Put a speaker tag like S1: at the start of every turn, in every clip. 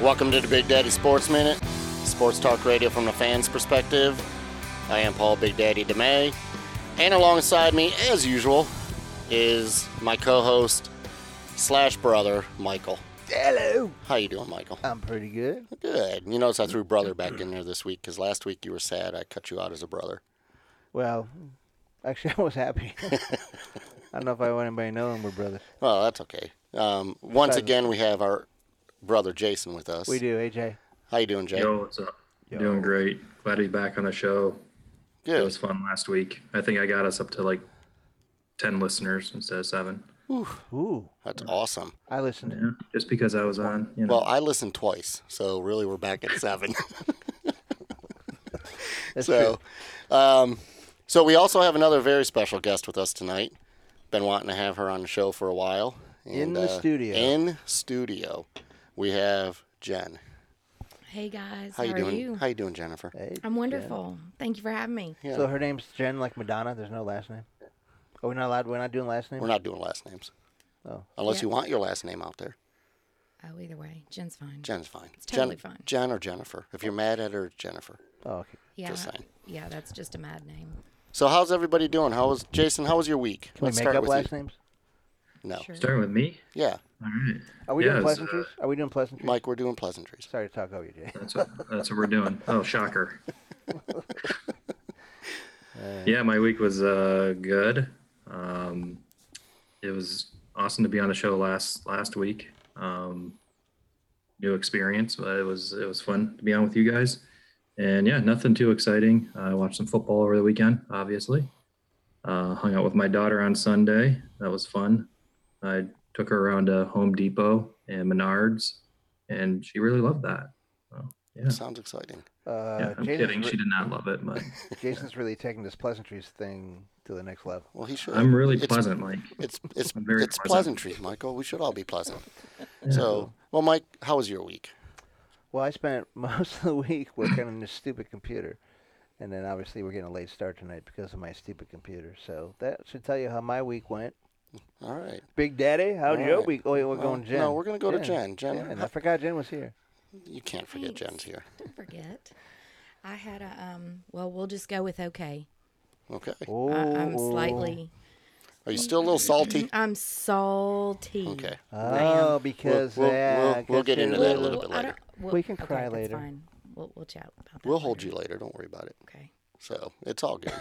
S1: Welcome to the Big Daddy Sports Minute, sports talk radio from the fans' perspective. I am Paul Big Daddy DeMay, and alongside me, as usual, is my co-host slash brother Michael.
S2: Hello.
S1: How you doing, Michael?
S2: I'm pretty good.
S1: Good. You notice I threw brother back in there this week because last week you were sad. I cut you out as a brother.
S2: Well, actually, I was happy. I don't know if I want anybody knowing we're brothers.
S1: Well, that's okay. Um, once again, we have our brother Jason with us.
S2: We do, AJ.
S1: How you doing, Jay?
S3: Yo, what's up? Doing great. Glad to be back on the show. It
S1: Good.
S3: was fun last week. I think I got us up to like 10 listeners instead of seven.
S2: Ooh,
S1: That's awesome.
S2: I listened.
S3: Yeah. Just because I was on, you know.
S1: Well, I listened twice, so really we're back at seven.
S2: That's
S1: so, um, so we also have another very special guest with us tonight. Been wanting to have her on the show for a while. uh,
S2: In the studio.
S1: In studio, we have Jen.
S4: Hey guys,
S1: How,
S4: how,
S1: you
S4: are
S1: doing?
S4: you?
S1: How you doing, Jennifer?
S2: true. Hey,
S4: I'm wonderful. Thank you for having me.
S1: Yeah.
S2: So her name's Jen, like Madonna. There's no last name. Are we not allowed? We're not doing last name.
S1: We're not doing last names,
S2: Oh,
S1: unless
S4: Yeah.
S1: you want your last name out there.
S4: Oh, either way, Jen's fine.
S1: Jen's fine.
S4: It's totally
S1: Jen,
S4: fine.
S1: Jen or Jennifer. If you're mad at her, it's Jennifer.
S2: oh, okay.
S4: yeah,
S1: just saying.
S4: yeah, that's just a mad name.
S1: So how's everybody doing? How was Jason? How was your week?
S2: Can we make up last names?
S1: No.
S4: Sure.
S3: Starting with me?
S1: Yeah,
S3: All right.
S2: Are we
S3: Yes,
S2: doing
S3: uh,
S2: pleasantries? Are we doing pleasantries?
S1: Mike, we're doing pleasantries.
S2: Sorry to talk over you, Jay.
S3: That's what, that's what we're doing. Oh, shocker. yeah, my week was uh, good. Um, it was awesome to be on the show last last week. Um, new experience, but it was it was fun to be on with you guys. And yeah, nothing too exciting. I watched some football over the weekend, obviously. Uh, hung out with my daughter on Sunday. That was fun. I took her around to Home Depot and Menards, and she really loved that. So, yeah.
S1: Sounds exciting.
S2: Uh,
S3: Yeah, I'm
S2: Jason's,
S3: kidding.
S2: re-
S3: She did not love it, but
S2: Jason's really taking this pleasantries thing to the next level.
S1: Well, he should.
S3: I'm really
S1: It's-
S3: pleasant, Mike.
S1: It's it's
S3: I'm very
S1: it's
S3: pleasant.
S1: pleasantries, Michael. We should all be pleasant. So, well, Mike, how was your week?
S2: Well, I spent most of the week working on this stupid computer. And then obviously we're getting a late start tonight because of my stupid computer. So that should tell you how my week went.
S1: All right.
S2: Big Daddy, how'd
S1: All
S2: your
S1: right.
S2: week? Oh, yeah, we're
S1: Well,
S2: going Jen.
S1: no, we're gonna go to Jen. Jen,
S2: and
S1: how-
S2: I forgot Jen was here.
S1: You can't forget
S4: Thanks.
S1: Jen's here.
S4: Don't forget, I had a um. Well, we'll just go with okay.
S1: Okay.
S2: Oh,
S4: I, I'm slightly.
S1: Are you still a little salty?
S4: I'm salty.
S1: Okay.
S2: Oh, because
S1: we'll-
S2: yeah,
S1: we'll-
S2: I
S1: we'll
S2: guess
S1: get
S2: you're
S1: into
S4: We'll,
S1: that a
S2: right.
S1: little
S4: we'll-
S1: bit
S4: I
S1: later.
S4: don't- we'll-
S2: We can
S4: okay,
S2: cry
S4: that's
S2: later.
S4: Fine. We'll we'll chat about that.
S1: We'll hold you later. Don't worry about it.
S4: Okay.
S1: So it's all good.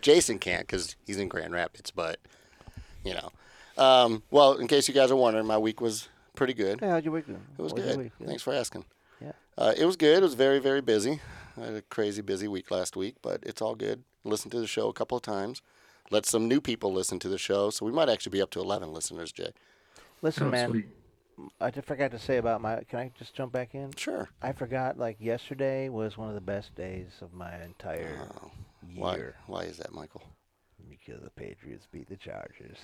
S1: Jason can't because he's in Grand Rapids, but you know. Um, well, in case you guys are wondering, my week was pretty good.
S2: Yeah, how'd your week go?
S1: It was
S2: What your
S1: good.
S2: week? Yeah.
S1: Thanks for asking.
S2: Yeah.
S1: Uh, it was good. It was very, very busy. I had a crazy busy week last week, but it's all good. Listened to the show a couple of times. Let some new people listen to the show, so we might actually be up to 11 listeners, Jay.
S2: Listen,
S3: Oh,
S2: man,
S3: sweet.
S2: I just forgot to say about my. Can I just jump back in?
S1: Sure.
S2: I forgot. Like yesterday was one of the best days of my entire
S1: Oh, Why,
S2: year
S1: why is that, Michael?
S2: because the Patriots beat the Chargers.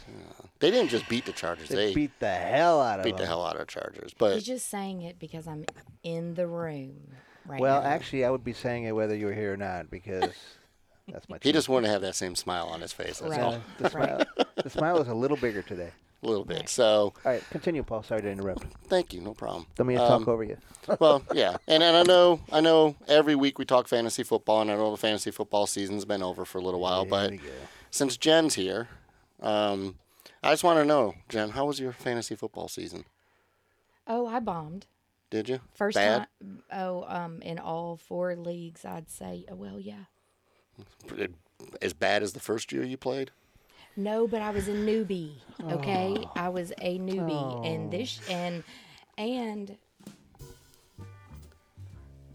S1: They didn't just beat the Chargers.
S2: They
S1: They beat,
S2: beat the hell out of them.
S1: the hell out of Chargers.
S4: He's
S1: But
S4: just saying it because I'm in the room right
S2: Well,
S4: now.
S2: actually, I would be saying it whether you were here or not because that's my.
S1: he
S2: team.
S1: just wanted to have that same smile on his face. That's
S4: Right.
S1: all.
S2: Uh, the smile. the smile is a little bigger today.
S1: A little bit. So
S2: All right, continue, Paul. Sorry to interrupt.
S1: thank you. No problem.
S2: Don't mean to
S1: Um,
S2: talk over you.
S1: well, yeah, and and I know I know every week we talk fantasy football, and I know the fantasy football season's been over for a little while, but
S2: we go.
S1: since Jen's here, um, I just want to know, Jen, how was your fantasy football season?
S4: oh, I bombed.
S1: Did you
S4: First
S1: bad?
S4: time, oh, um, in all four leagues, I'd say, oh, well, yeah.
S1: As bad as the first year you played?
S4: No, but I was a newbie. Okay, I was a newbie, and this and and.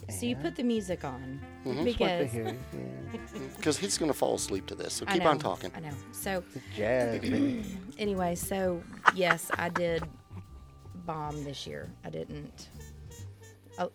S4: So you put the music on
S1: Mm-hmm.
S2: What the
S4: because
S2: heck?
S1: Because he's gonna fall asleep to this, so
S4: I
S1: keep
S4: know,
S1: on talking.
S4: I know. So
S2: Yeah. Jazz. baby.
S4: anyway, so yes, I did bomb this year. I didn't. A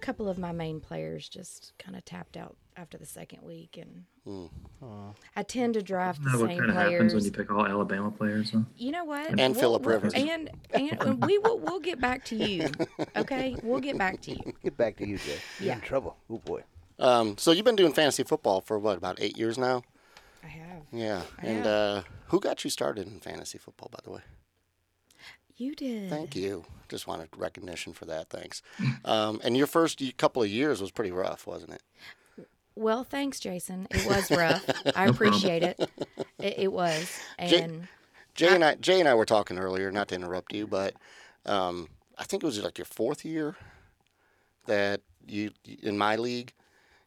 S4: couple of my main players just kind of tapped out after the second week, and
S1: Mm.
S4: I tend to draft the
S3: Isn't that what
S4: same
S3: kind of happens when
S4: players.
S3: you
S4: You...
S3: pick all Alabama players? Huh?
S4: know what?
S1: And Phillip Rivers.
S4: And and we will we'll get back to you. Okay, we'll get back to you.
S2: Get back to you, Jay. You're in
S4: Yeah.
S2: trouble. Oh boy.
S1: Um, so you've been doing fantasy football for what about eight years now?
S4: I have.
S1: Yeah. And
S4: Yeah.
S1: uh, who got you started in fantasy football, by the way?
S4: You did.
S1: Thank you. Just wanted recognition for that. Thanks. Um, and your first y- couple of years was pretty rough, wasn't it?
S4: Well, thanks, Jason. It was rough. I appreciate it. It, it was.
S1: Ja-
S4: And
S1: Jay and I, Jay and I were talking earlier, not to interrupt you, but um, I think it was like your fourth year that you in my league,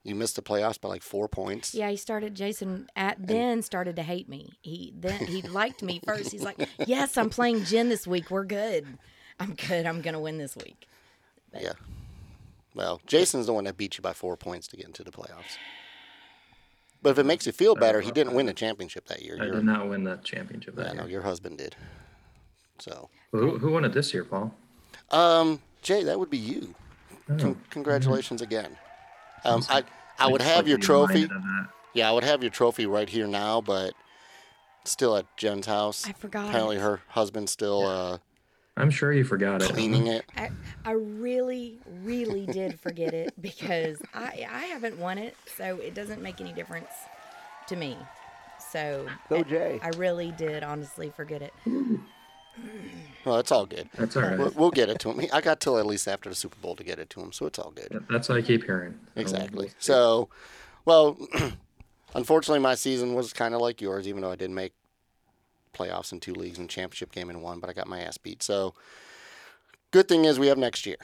S1: you missed the playoffs by like four points.
S4: yeah, he started. Jason at then started to hate me. He then he liked me first. He's like, "Yes, I'm playing Jen this week. We're good. I'm good. I'm gonna win this week."
S1: Yeah. Well, Jason's the one that beat you by four points to get into the playoffs. But if it makes you feel better, he didn't win the championship that year.
S3: I
S1: Your,
S3: did not win the championship
S1: I
S3: that
S1: know
S3: year.
S1: your husband did. So,
S3: Who, who won it this year, Paul?
S1: um, Jay, that would be you. Con- congratulations again. Um, I I would have your trophy. Yeah, I would have your trophy right here now, but still at Jen's house.
S4: I forgot
S1: Apparently,
S4: it.
S1: her husband's still uh,
S3: I'm sure you forgot it.
S1: cleaning it.
S4: I, I really, really did forget it because I I haven't won it, so it doesn't make any difference to me. So
S2: Go
S4: I-
S2: Jay.
S4: I really did honestly forget it.
S1: Well, it's all good.
S3: That's all
S1: We'll,
S3: right.
S1: we'll get it to him. I got till at least after the Super Bowl to get it to him, so it's all good.
S3: That's what I keep hearing. Oh, So
S1: Exactly.
S3: Mm-hmm.
S1: So, well, unfortunately, my season was kind of like yours, even though I did make playoffs in two leagues and championship game in one, but I got my ass beat. So, good thing is we have next year.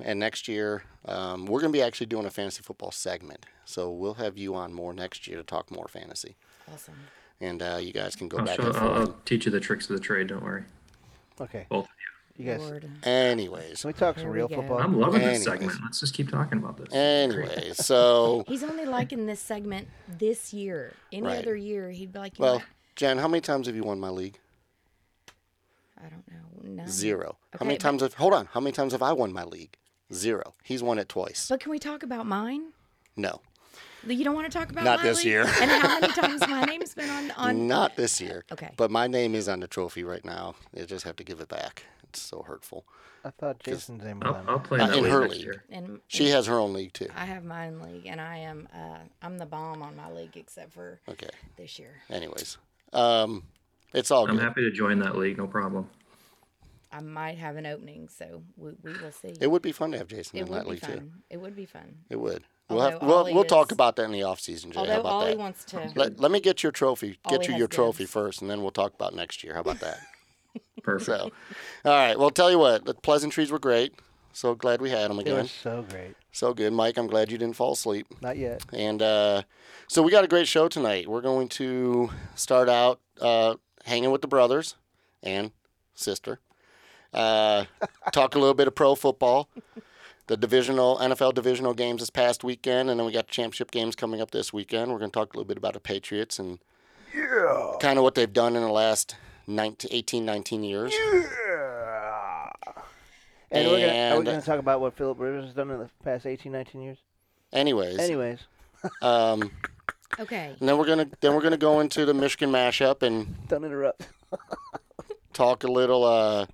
S1: And next year, um, we're going to be actually doing a fantasy football segment. So, we'll have you on more next year to talk more fantasy.
S4: Awesome.
S1: And uh, you guys can go
S3: I'll,
S1: back
S3: show,
S1: and
S3: I'll,
S1: forth.
S3: I'll teach you the tricks of the trade. Don't worry,
S2: Okay,
S3: both of you.
S2: you guys.
S4: Lord.
S1: Anyways,
S2: Can we talk some
S4: Here we
S2: real
S4: go.
S2: football?
S3: I'm loving
S1: Anyways.
S3: this segment. Let's just keep talking about this.
S1: anyways, so,
S4: He's only liking this segment this year. Any
S1: Right.
S4: other year, he'd be like, you know
S1: well,
S4: what?
S1: Jen, how many times have you won my league?
S4: I don't know. No.
S1: Zero. how many
S4: Okay, but-
S1: times have hold on? How many times have I won my league? Zero. He's won it twice.
S4: But can we talk about mine?
S1: no,
S4: You don't want to talk about
S1: Not
S4: my
S1: this
S4: league?
S1: year.
S4: and how many times my name's been on on?
S1: not this year.
S4: Okay.
S1: But my name is on the trophy right now. They just have to give it back. It's so hurtful.
S2: I thought Jason's name was
S3: I'll,
S2: on.
S3: I'll play
S1: Uh,
S3: in that
S1: in
S3: league
S1: her
S3: next
S1: league.
S3: year.
S4: And
S1: She has her own league too.
S4: I have mine league, and I am uh, I'm the bomb on my league except for
S1: Okay.
S4: this year.
S1: Anyways, um, it's all
S3: I'm
S1: good.
S3: happy to join that league. No problem.
S4: I might have an opening, so we, we will see.
S1: It would be fun to have Jason
S4: It
S1: in that
S4: would be
S1: league too.
S4: fun. It would be fun.
S1: It would. We'll have,
S4: Although
S1: we'll,
S4: Ollie
S1: we'll talk
S4: is-
S1: about that in the off season, Jay. How
S4: Although
S1: about
S4: Ollie
S1: that?
S4: wants to.
S1: Let, let me get your trophy.
S4: Ollie
S1: Get you
S4: has
S1: your trophy
S4: dibs.
S1: first, and then we'll talk about next year. How about that?
S3: Perfect.
S1: So, all right. Well, tell you what, the pleasantries were great. So glad we had them
S2: It
S1: again.
S2: was so great.
S1: So good, Mike. I'm glad you didn't fall asleep.
S2: Not yet.
S1: And uh, so we got a great show tonight. We're going to start out uh, hanging with the brothers and sister. Uh, talk a little bit of pro football, the divisional NFL divisional games this past weekend, and then we got championship games coming up this weekend. We're going to talk a little bit about the Patriots and kind of what they've done in the last 19, 18, 19 years.
S2: And, we're gonna, are we
S1: And-
S2: going to talk about what Philip Rivers has done in the past 18, 19 years?
S1: Anyways,
S2: Anyways,
S1: um,
S4: Okay.
S1: and then we're gonna then we're gonna go into the Michigan mashup and
S2: don't interrupt.
S1: talk a little uh,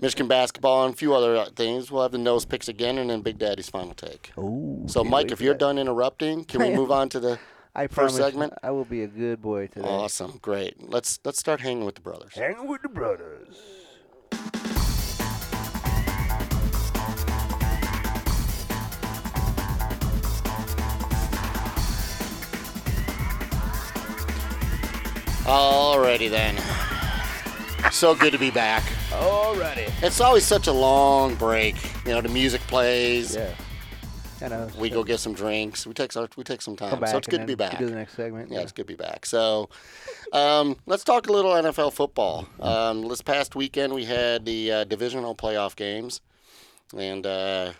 S1: Michigan basketball and a few other uh, things. We'll have the nose picks again, and then Big Daddy's final take.
S2: Oh,
S1: So, Mike, if you're done interrupting, can we move on to the
S2: I
S1: first
S2: promise
S1: segment-
S2: I will be a good boy today.
S1: awesome? Great. Let's let's start hanging with the brothers.
S2: Hang with the brothers.
S1: Alrighty then. So good to be back.
S2: Alrighty.
S1: It's always such a long break. You know, the music plays.
S2: Yeah. And I
S1: We go get some drinks. We take our, we take some time.
S2: come back.
S1: so it's good
S2: and
S1: to be
S2: then
S1: back.
S2: we Do the next segment.
S1: Yeah, it's good to be back. So, um, let's talk a little NFL football. Um, this past weekend, we had the uh, divisional playoff games, and uh,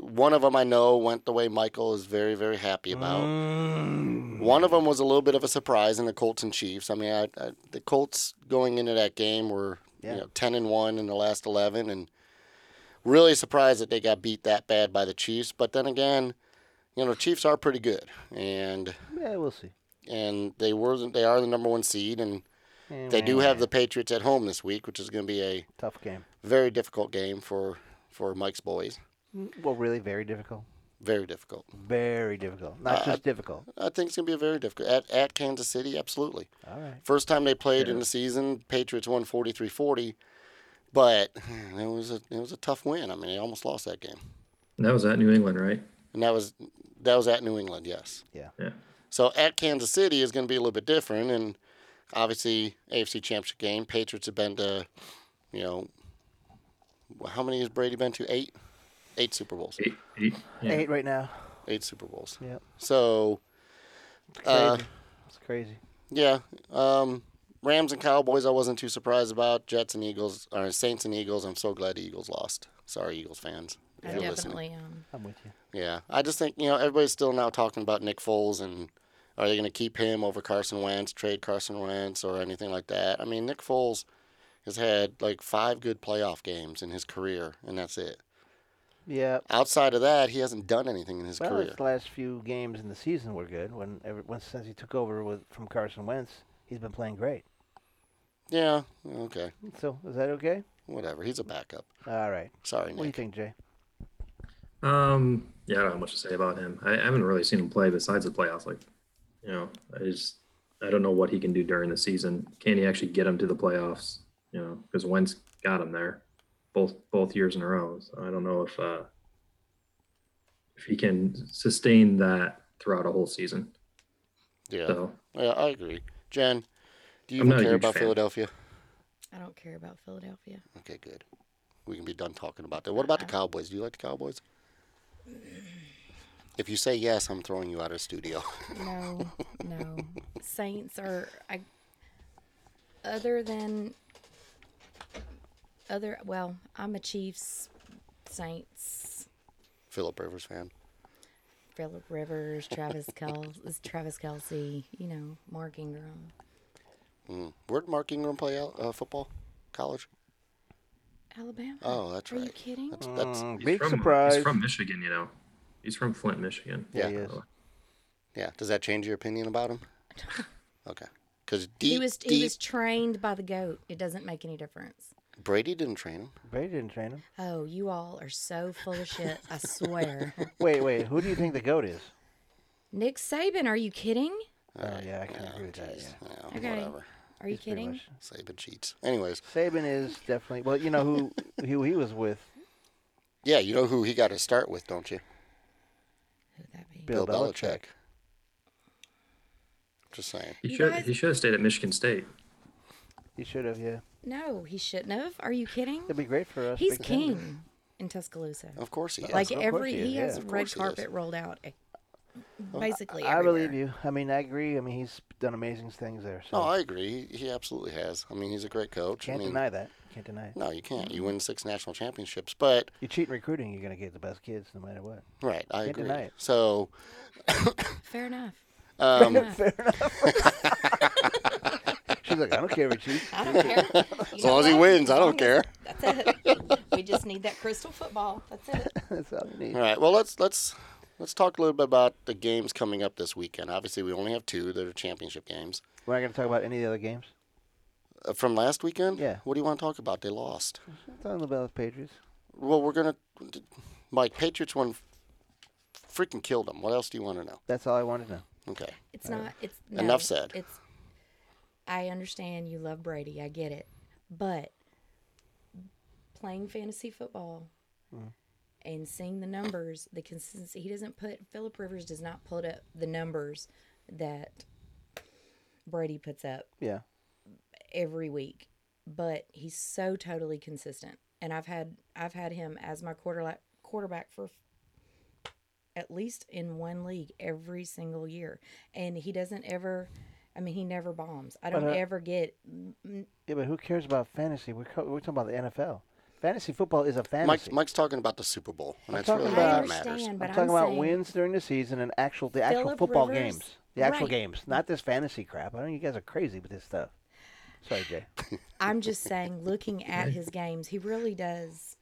S1: one of them I know went the way Michael is very, very happy about.
S2: Mm.
S1: One of them was a little bit of a surprise in the Colts and Chiefs. I mean, I, I, the Colts going into that game were
S2: Yeah.
S1: you know ten and one in the last eleven, and really surprised that they got beat that bad by the Chiefs. But then again, you know, Chiefs are pretty good, and
S2: Yeah, we'll see.
S1: and they were they are the number one seed, and they do have the Patriots at home this week, which is going to be a
S2: tough game.
S1: very difficult game for for Mike's boys.
S2: Well, really, very difficult.
S1: Very difficult.
S2: Very difficult.
S1: Uh,
S2: Not just difficult.
S1: I think it's going to be a very difficult at at Kansas City. Absolutely.
S2: All right.
S1: First time they played in the season, Patriots won 43-40. But it was a it was a tough win. I mean, they almost lost that game,
S3: And that was at New England, right?
S1: and that was that was at New England. Yes.
S3: Yeah.
S1: So at Kansas City is going to be a little bit different, and obviously AFC Championship game. Patriots have been to, you know, how many has Brady been to? Eight, eight Super Bowls.
S3: Eight, eight, yeah.
S2: Eight right now.
S1: Eight Super Bowls.
S2: Yep.
S1: So
S2: It's crazy.
S1: Uh,
S2: it's crazy.
S1: yeah, um, Rams and Cowboys I wasn't too surprised about. Jets and Eagles, or Saints and Eagles. I'm so glad the Eagles lost. Sorry, Eagles fans. if
S4: I
S1: you're listening.
S4: definitely um
S2: I'm with you.
S1: Yeah, I just think you know everybody's still now talking about Nick Foles and are they going to keep him over Carson Wentz, trade Carson Wentz, or anything like that? I mean, Nick Foles has had like five good playoff games in his career, and that's it.
S2: Yeah.
S1: Outside of that, he hasn't done anything in his
S2: Well,
S1: career.
S2: his last few games in the season were good. When ever, once since he took over with from Carson Wentz, he's been playing great.
S1: Yeah, okay,
S2: So is that okay?
S1: whatever. He's a backup.
S2: All right.
S1: Sorry,
S2: What do you
S1: Nick.
S2: think, Jay?
S3: Um, yeah, I don't have much to say about him. I, I haven't really seen him play besides the playoffs. Like, you know, I just I don't know what he can do during the season. Can he actually get him to the playoffs? You know, because Wentz got him there, both both years in a row. So I don't know if uh if he can sustain that throughout a whole season.
S1: Yeah,
S3: So
S1: yeah, I agree. Jen, do you even
S3: I'm not a
S1: care
S3: huge
S1: about
S3: fan.
S1: Philadelphia?
S4: I don't care about Philadelphia.
S1: Okay, good. We can be done talking about that. What about the
S4: Uh-huh.
S1: Cowboys? Do you like the Cowboys? If you say yes, I'm throwing you out of the studio.
S4: No, no. Saints are I other than other well, I'm a Chiefs Saints
S1: Philip Rivers fan.
S4: Philip Rivers, Travis Kel Travis Kelsey, you know, Mark Ingram.
S1: Mm. Where'd Mark Ingram play out, uh, football? College?
S4: Alabama.
S1: Oh, that's
S4: Are you
S1: right.
S4: kidding?
S1: That's that's
S2: Mm,
S3: he's
S2: big
S3: from-
S2: surprise.
S3: He's from Michigan, you know. He's from Flint, Michigan.
S1: Yeah.
S2: he is.
S1: yeah. Does that change your opinion about him? Okay. Because
S4: He
S1: D,
S4: was
S1: D-
S4: he was trained by the goat. It doesn't make any difference.
S1: Brady didn't train him.
S2: Brady didn't train him.
S4: Oh, you all are so full of shit. I swear.
S2: Wait, wait. Who do you think the goat is?
S4: Nick Saban, are you kidding?
S2: Oh yeah, I can agree with that. Yeah.
S1: Yeah,
S4: Okay.
S1: Whatever.
S4: Are you
S2: Pretty
S4: kidding?
S2: much.
S1: Saban cheats. Anyways,
S2: Saban is definitely well. You know who who he was with?
S1: yeah, you know who he got to start with, don't you?
S4: Who'd that be?
S2: Bill Belichick.
S1: Just saying.
S3: He
S4: You
S3: should
S4: guys-
S3: he should have stayed at Michigan State.
S2: He should have. Yeah,
S4: No, he shouldn't have. Are you kidding?
S2: it'd be great for us.
S4: He's
S2: Big Ten.
S4: king in Tuscaloosa.
S1: Oh, Of course he is.
S4: like
S2: of course
S4: every
S2: he is,
S4: he has
S2: yeah.
S1: Of
S4: red
S1: course he is.
S4: carpet rolled out. eh, Basically,
S2: I believe
S4: everywhere.
S2: you. I mean, I agree. I mean, he's done amazing things there. So
S1: no, I agree. He, he absolutely has. I mean, he's a great coach.
S2: can't
S1: I mean,
S2: deny that. Can't deny it.
S1: no, you can't. You win six national championships, but
S2: You cheat in recruiting, you're gonna get the best kids no matter what.
S1: right, I
S2: Can't
S1: agree.
S2: deny it.
S1: So,
S4: Fair enough.
S1: um,
S4: Fair enough.
S2: She's like, I don't care if you cheat.
S4: I don't care.
S1: as long as he wins, I don't care.
S4: That's it. We just need that crystal football. That's it.
S2: That's all you need.
S1: All right. Well, let's let's let's talk a little bit about the games coming up this weekend. Obviously, we only have two that are championship games
S2: We're not gonna talk about any of the other games.
S1: uh, from last weekend.
S2: Yeah.
S1: What do you want to talk about? They lost.
S2: I'm talking about the Patriots.
S1: Well, we're gonna. Mike, Patriots won. Freaking killed them. What else do you want to know?
S2: That's all I wanted to know.
S1: Okay.
S4: It's not. It's no,
S1: Enough said.
S4: It's. I understand you love Brady. I get it, but playing fantasy football
S1: Hmm.
S4: and seeing the numbers, the consistency. He doesn't put Philip Rivers does not put up the numbers that Brady puts up
S2: Yeah.
S4: every week, but he's so totally consistent. And I've had I've had him as my quarterback quarterback for at least in one league every single year, and he doesn't ever. I mean, he never bombs. I don't
S2: uh,
S4: ever get.
S2: Yeah, but who cares about fantasy? We're, co- we're talking about the NFL. Fantasy football is a fantasy.
S1: Mike's Mike's talking about the Super Bowl, and
S2: I'm
S1: that's really
S2: talking
S1: all
S4: I
S1: that
S2: about-
S1: matters.
S4: understand,
S2: uh, I'm
S4: but
S2: talking
S4: I'm
S2: about
S4: saying,
S2: wins during the season and actual the actual
S4: Phillip
S2: football
S4: Rivers-
S2: games. The actual
S4: right.
S2: games, not this fantasy crap. I know you guys are crazy with this stuff. Sorry, Jay.
S4: I'm just saying, looking at his games, he really does.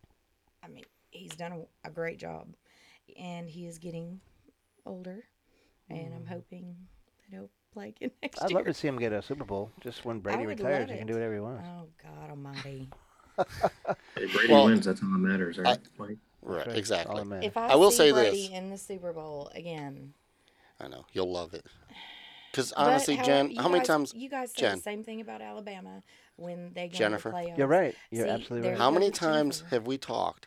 S4: I mean, he's done a, a great job, and he is getting older, and I'm hoping that he'll play again next
S2: Mm. I'd
S4: year.
S2: love to see him get a Super Bowl. Just when Brady
S4: would
S2: retires,
S4: love
S2: he can
S4: it.
S2: do whatever he wants.
S4: Oh God Almighty!
S3: If Brady
S1: Well,
S3: wins, that's all that matters, right? Like,
S1: Right.
S2: That's
S1: Exactly.
S2: All that matters.
S4: If I,
S1: I will
S4: see
S1: say
S4: Brady
S1: this.
S4: in the Super Bowl again,
S1: I know. You'll love it. Because honestly,
S4: But
S1: Jen,
S4: you
S1: how many
S4: guys-
S1: times?
S4: you guys said
S1: Jen.
S4: the same thing about Alabama when they go
S1: Jennifer.
S4: To the playoffs.
S2: You're right. You're
S4: See,
S2: absolutely right.
S4: there's
S1: How many
S4: no
S1: times
S4: Jennifer.
S1: have we talked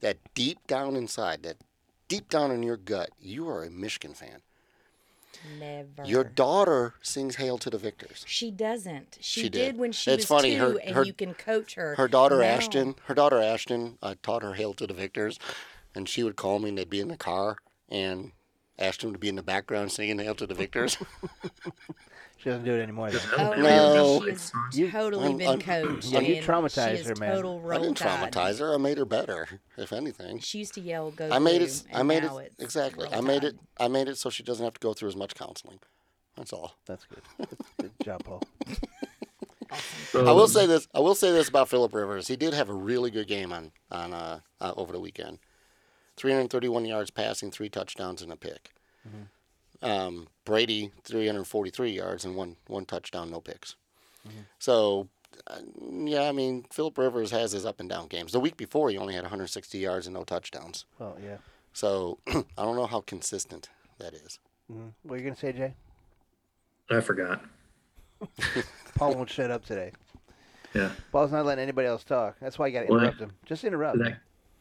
S1: that deep down inside, that deep down in your gut, you are a Michigan fan?
S4: Never.
S1: Your daughter sings Hail to the Victors.
S4: she doesn't. She,
S1: She
S4: did.
S1: did.
S4: when she
S1: It's
S4: was
S1: funny,
S4: two,
S1: her-
S4: and
S1: her-
S4: you can coach her.
S1: Her daughter
S4: No.
S1: Ashton, her daughter Ashton uh, taught her Hail to the Victors, and she would call me and they'd be in the car, and Ashton would be in the background singing Hail to the Victors.
S2: She doesn't do it anymore. Though.
S4: Oh,
S1: No.
S4: she has
S2: You-
S4: totally
S1: I'm-
S4: been
S1: I'm-
S4: coached.
S2: Yeah, you
S4: and
S2: traumatized
S4: she is
S2: her, man.
S4: Total
S1: I
S4: roll
S1: didn't
S4: tide.
S1: traumatize her. I made her better, if anything.
S4: She used to yell, "Go!"
S1: I made
S4: blue,"
S1: it. I
S4: and
S1: made
S4: now
S1: it
S4: it's
S1: exactly.
S4: roll
S1: I made
S4: tide.
S1: it. I made it so she doesn't have to go through as much counseling. That's all.
S2: That's good. Good job, Paul.
S3: Um,
S1: I will say this. I will say this about Philip Rivers. He did have a really good game on on uh, uh, over the weekend. 331 yards passing, three touchdowns and a pick. Um, Brady 343 yards and one one touchdown, no picks. So. uh, Yeah, I mean, Philip Rivers has his up and down games. The week before, he only had 160 yards and no touchdowns.
S2: Well, yeah.
S1: So I don't know how consistent that is.
S2: Mhm. What are you gonna say, Jay?
S3: I forgot.
S2: Paul won't shut up today.
S3: Yeah.
S2: Paul's not letting anybody else talk. That's why you gotta
S3: Well,
S2: interrupt him. Just interrupt.
S3: That-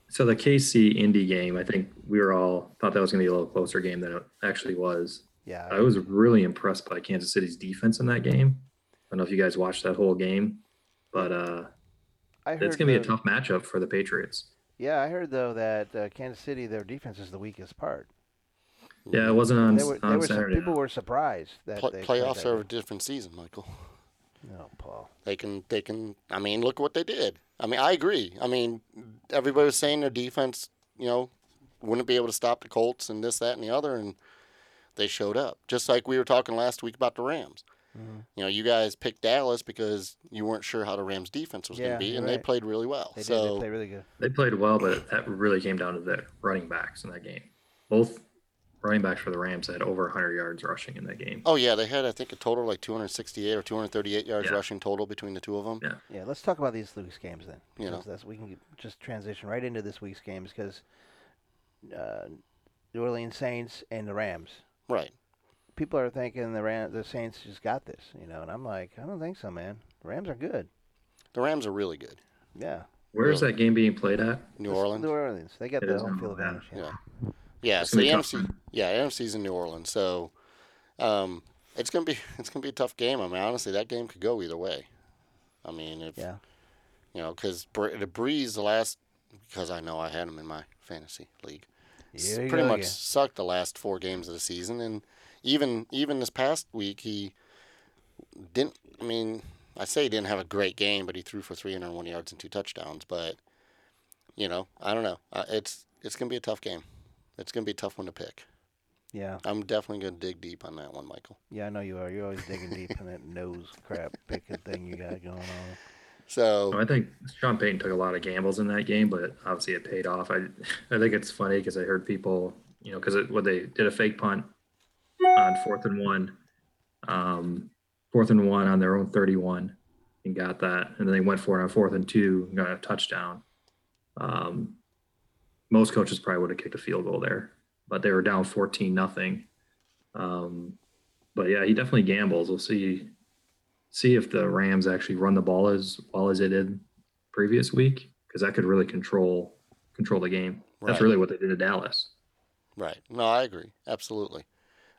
S3: so the KC Indy game, I think we were all thought that was going to be a little closer game than it actually was.
S2: Yeah.
S3: I was really impressed by Kansas City's defense in that game. I don't know if you guys watched that whole game, but uh,
S2: I heard
S3: it's going to be a
S2: though-
S3: tough matchup for the Patriots.
S2: Yeah, I heard though that uh, Kansas City, their defense is the weakest part.
S3: Yeah, it wasn't on,
S2: They were, they
S3: on
S2: were su-
S3: Saturday.
S2: people were surprised that
S1: Pla
S2: they played
S1: playoffs
S2: that
S1: are a
S2: way.
S1: different season, Michael.
S2: No, Paul.
S1: They can, they can. I mean, look what they did. I mean, I agree. I mean, everybody was saying their defense, you know, wouldn't be able to stop the Colts and this, that, and the other, and they showed up. Just like we were talking last week about the Rams.
S2: Mm-hmm.
S1: You know, you guys picked Dallas because you weren't sure how the Rams defense was
S2: Yeah,
S1: going to be, and
S2: you're
S1: they
S2: right.
S1: played really well.
S2: They did. They
S1: so
S2: played really good.
S3: they played well, but that really came down to the running backs in that game. Both running backs for the Rams had over 100 yards rushing in that game.
S1: oh yeah, they had I think a total of like 268 or 238 yards
S3: Yeah.
S1: rushing total between the two of them.
S3: Yeah.
S2: Yeah, let's talk about these week's games then.
S1: You know.
S2: because that's, we can get- just transition right into this week's games because uh, New Orleans Saints and the Rams.
S1: Right.
S2: People are thinking the Ram, the Saints just got this, you know, and I'm like, I don't think so, man. The Rams are good.
S1: The Rams are really good.
S2: Yeah,
S3: Where is that game being played at?
S1: New
S2: This-
S1: Orleans.
S2: New Orleans. They got
S3: It
S2: the
S3: is
S2: home
S3: New
S2: field
S3: Orleans,
S2: advantage. Yeah.
S1: Yeah. Yeah,
S3: It's
S1: so
S3: gonna
S1: the
S3: be tough
S1: NFC, yeah, NFC's in New Orleans, so um, it's gonna be it's gonna be a tough game. I mean, honestly, that game could go either way. I mean, if
S2: Yeah.
S1: you know, because the Breeze the last because I know I had him in my fantasy league. s-
S2: Here you
S1: pretty
S2: go
S1: much
S2: again.
S1: sucked the last four games of the season, and even even this past week he didn't. I mean, I say he didn't have a great game, but he threw for 301 yards and two touchdowns. But you know, I don't know. Uh, it's it's gonna be a tough game. It's gonna be a tough one to pick.
S2: Yeah,
S1: I'm definitely gonna dig deep on that one, Michael.
S2: yeah, I know you are. You're always digging deep in that nose crap picking thing you got going on.
S1: So
S3: I think Sean Payton took a lot of gambles in that game, but obviously it paid off. I, I think it's funny because I heard people, you know, because what they did a fake punt on fourth and one, um, fourth and one on their own 31 and got that. And then they went for it on fourth and two and got a touchdown. Um, most coaches probably would have kicked a field goal there, but they were down 14 nothing. Um, but yeah, he definitely gambles. We'll see see if the Rams actually run the ball as well as they did previous week because that could really control control the game. That's
S1: Right.
S3: really what they did to Dallas.
S1: right, no, I agree absolutely.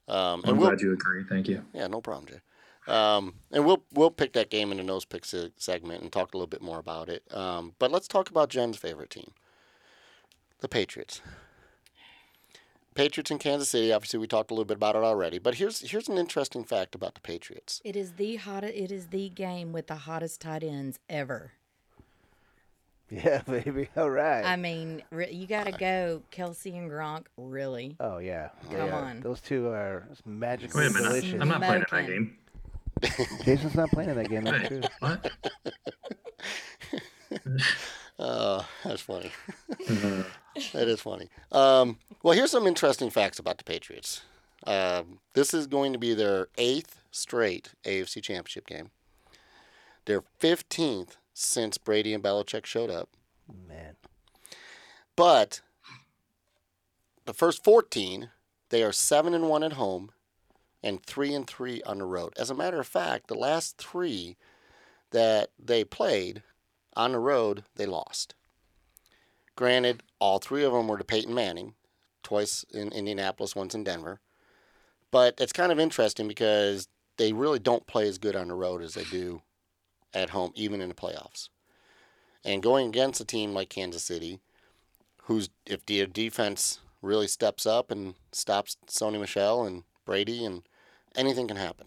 S1: Um,
S3: I'm
S1: and we'll
S3: glad you agree. Thank you.
S1: Yeah, no problem, Jay. Um, and we'll we'll pick that game in the nose pick se- segment and talk a little bit more about it. Um, but let's talk about Jen's favorite team, the Patriots. Patriots in Kansas City. Obviously, we talked a little bit about it already. But here's here's an interesting fact about the Patriots.
S4: It is the hottest. It is the game with the hottest tight ends ever.
S2: Yeah, baby. All right.
S4: I mean, re- you got to go Kelsey and Gronk. Really?
S2: Oh yeah, they
S4: Come
S2: are.
S4: on.
S2: Those two are magically
S3: Wait a minute.
S2: delicious.
S3: I'm not playing in that
S4: Smoking.
S3: game.
S2: Jason's not playing in that game. That's
S3: Wait,
S2: true.
S3: what?
S1: Uh, that's funny. that is funny. Um, well, here's some interesting facts about the Patriots. Um, this is going to be their eighth straight AFC Championship game. Their 15th since Brady and Belichick showed up.
S2: Man,
S1: But the first 14, they are 7 and 1 at home and three and three on the road. As a matter of fact, the last three that they played on the road, they lost. Granted, all three of them were to Peyton Manning, twice in Indianapolis, once in Denver. But it's kind of interesting because they really don't play as good on the road as they do at home, even in the playoffs. And going against a team like Kansas City, who's if the defense really steps up and stops Sony Michelle and Brady, and anything can happen.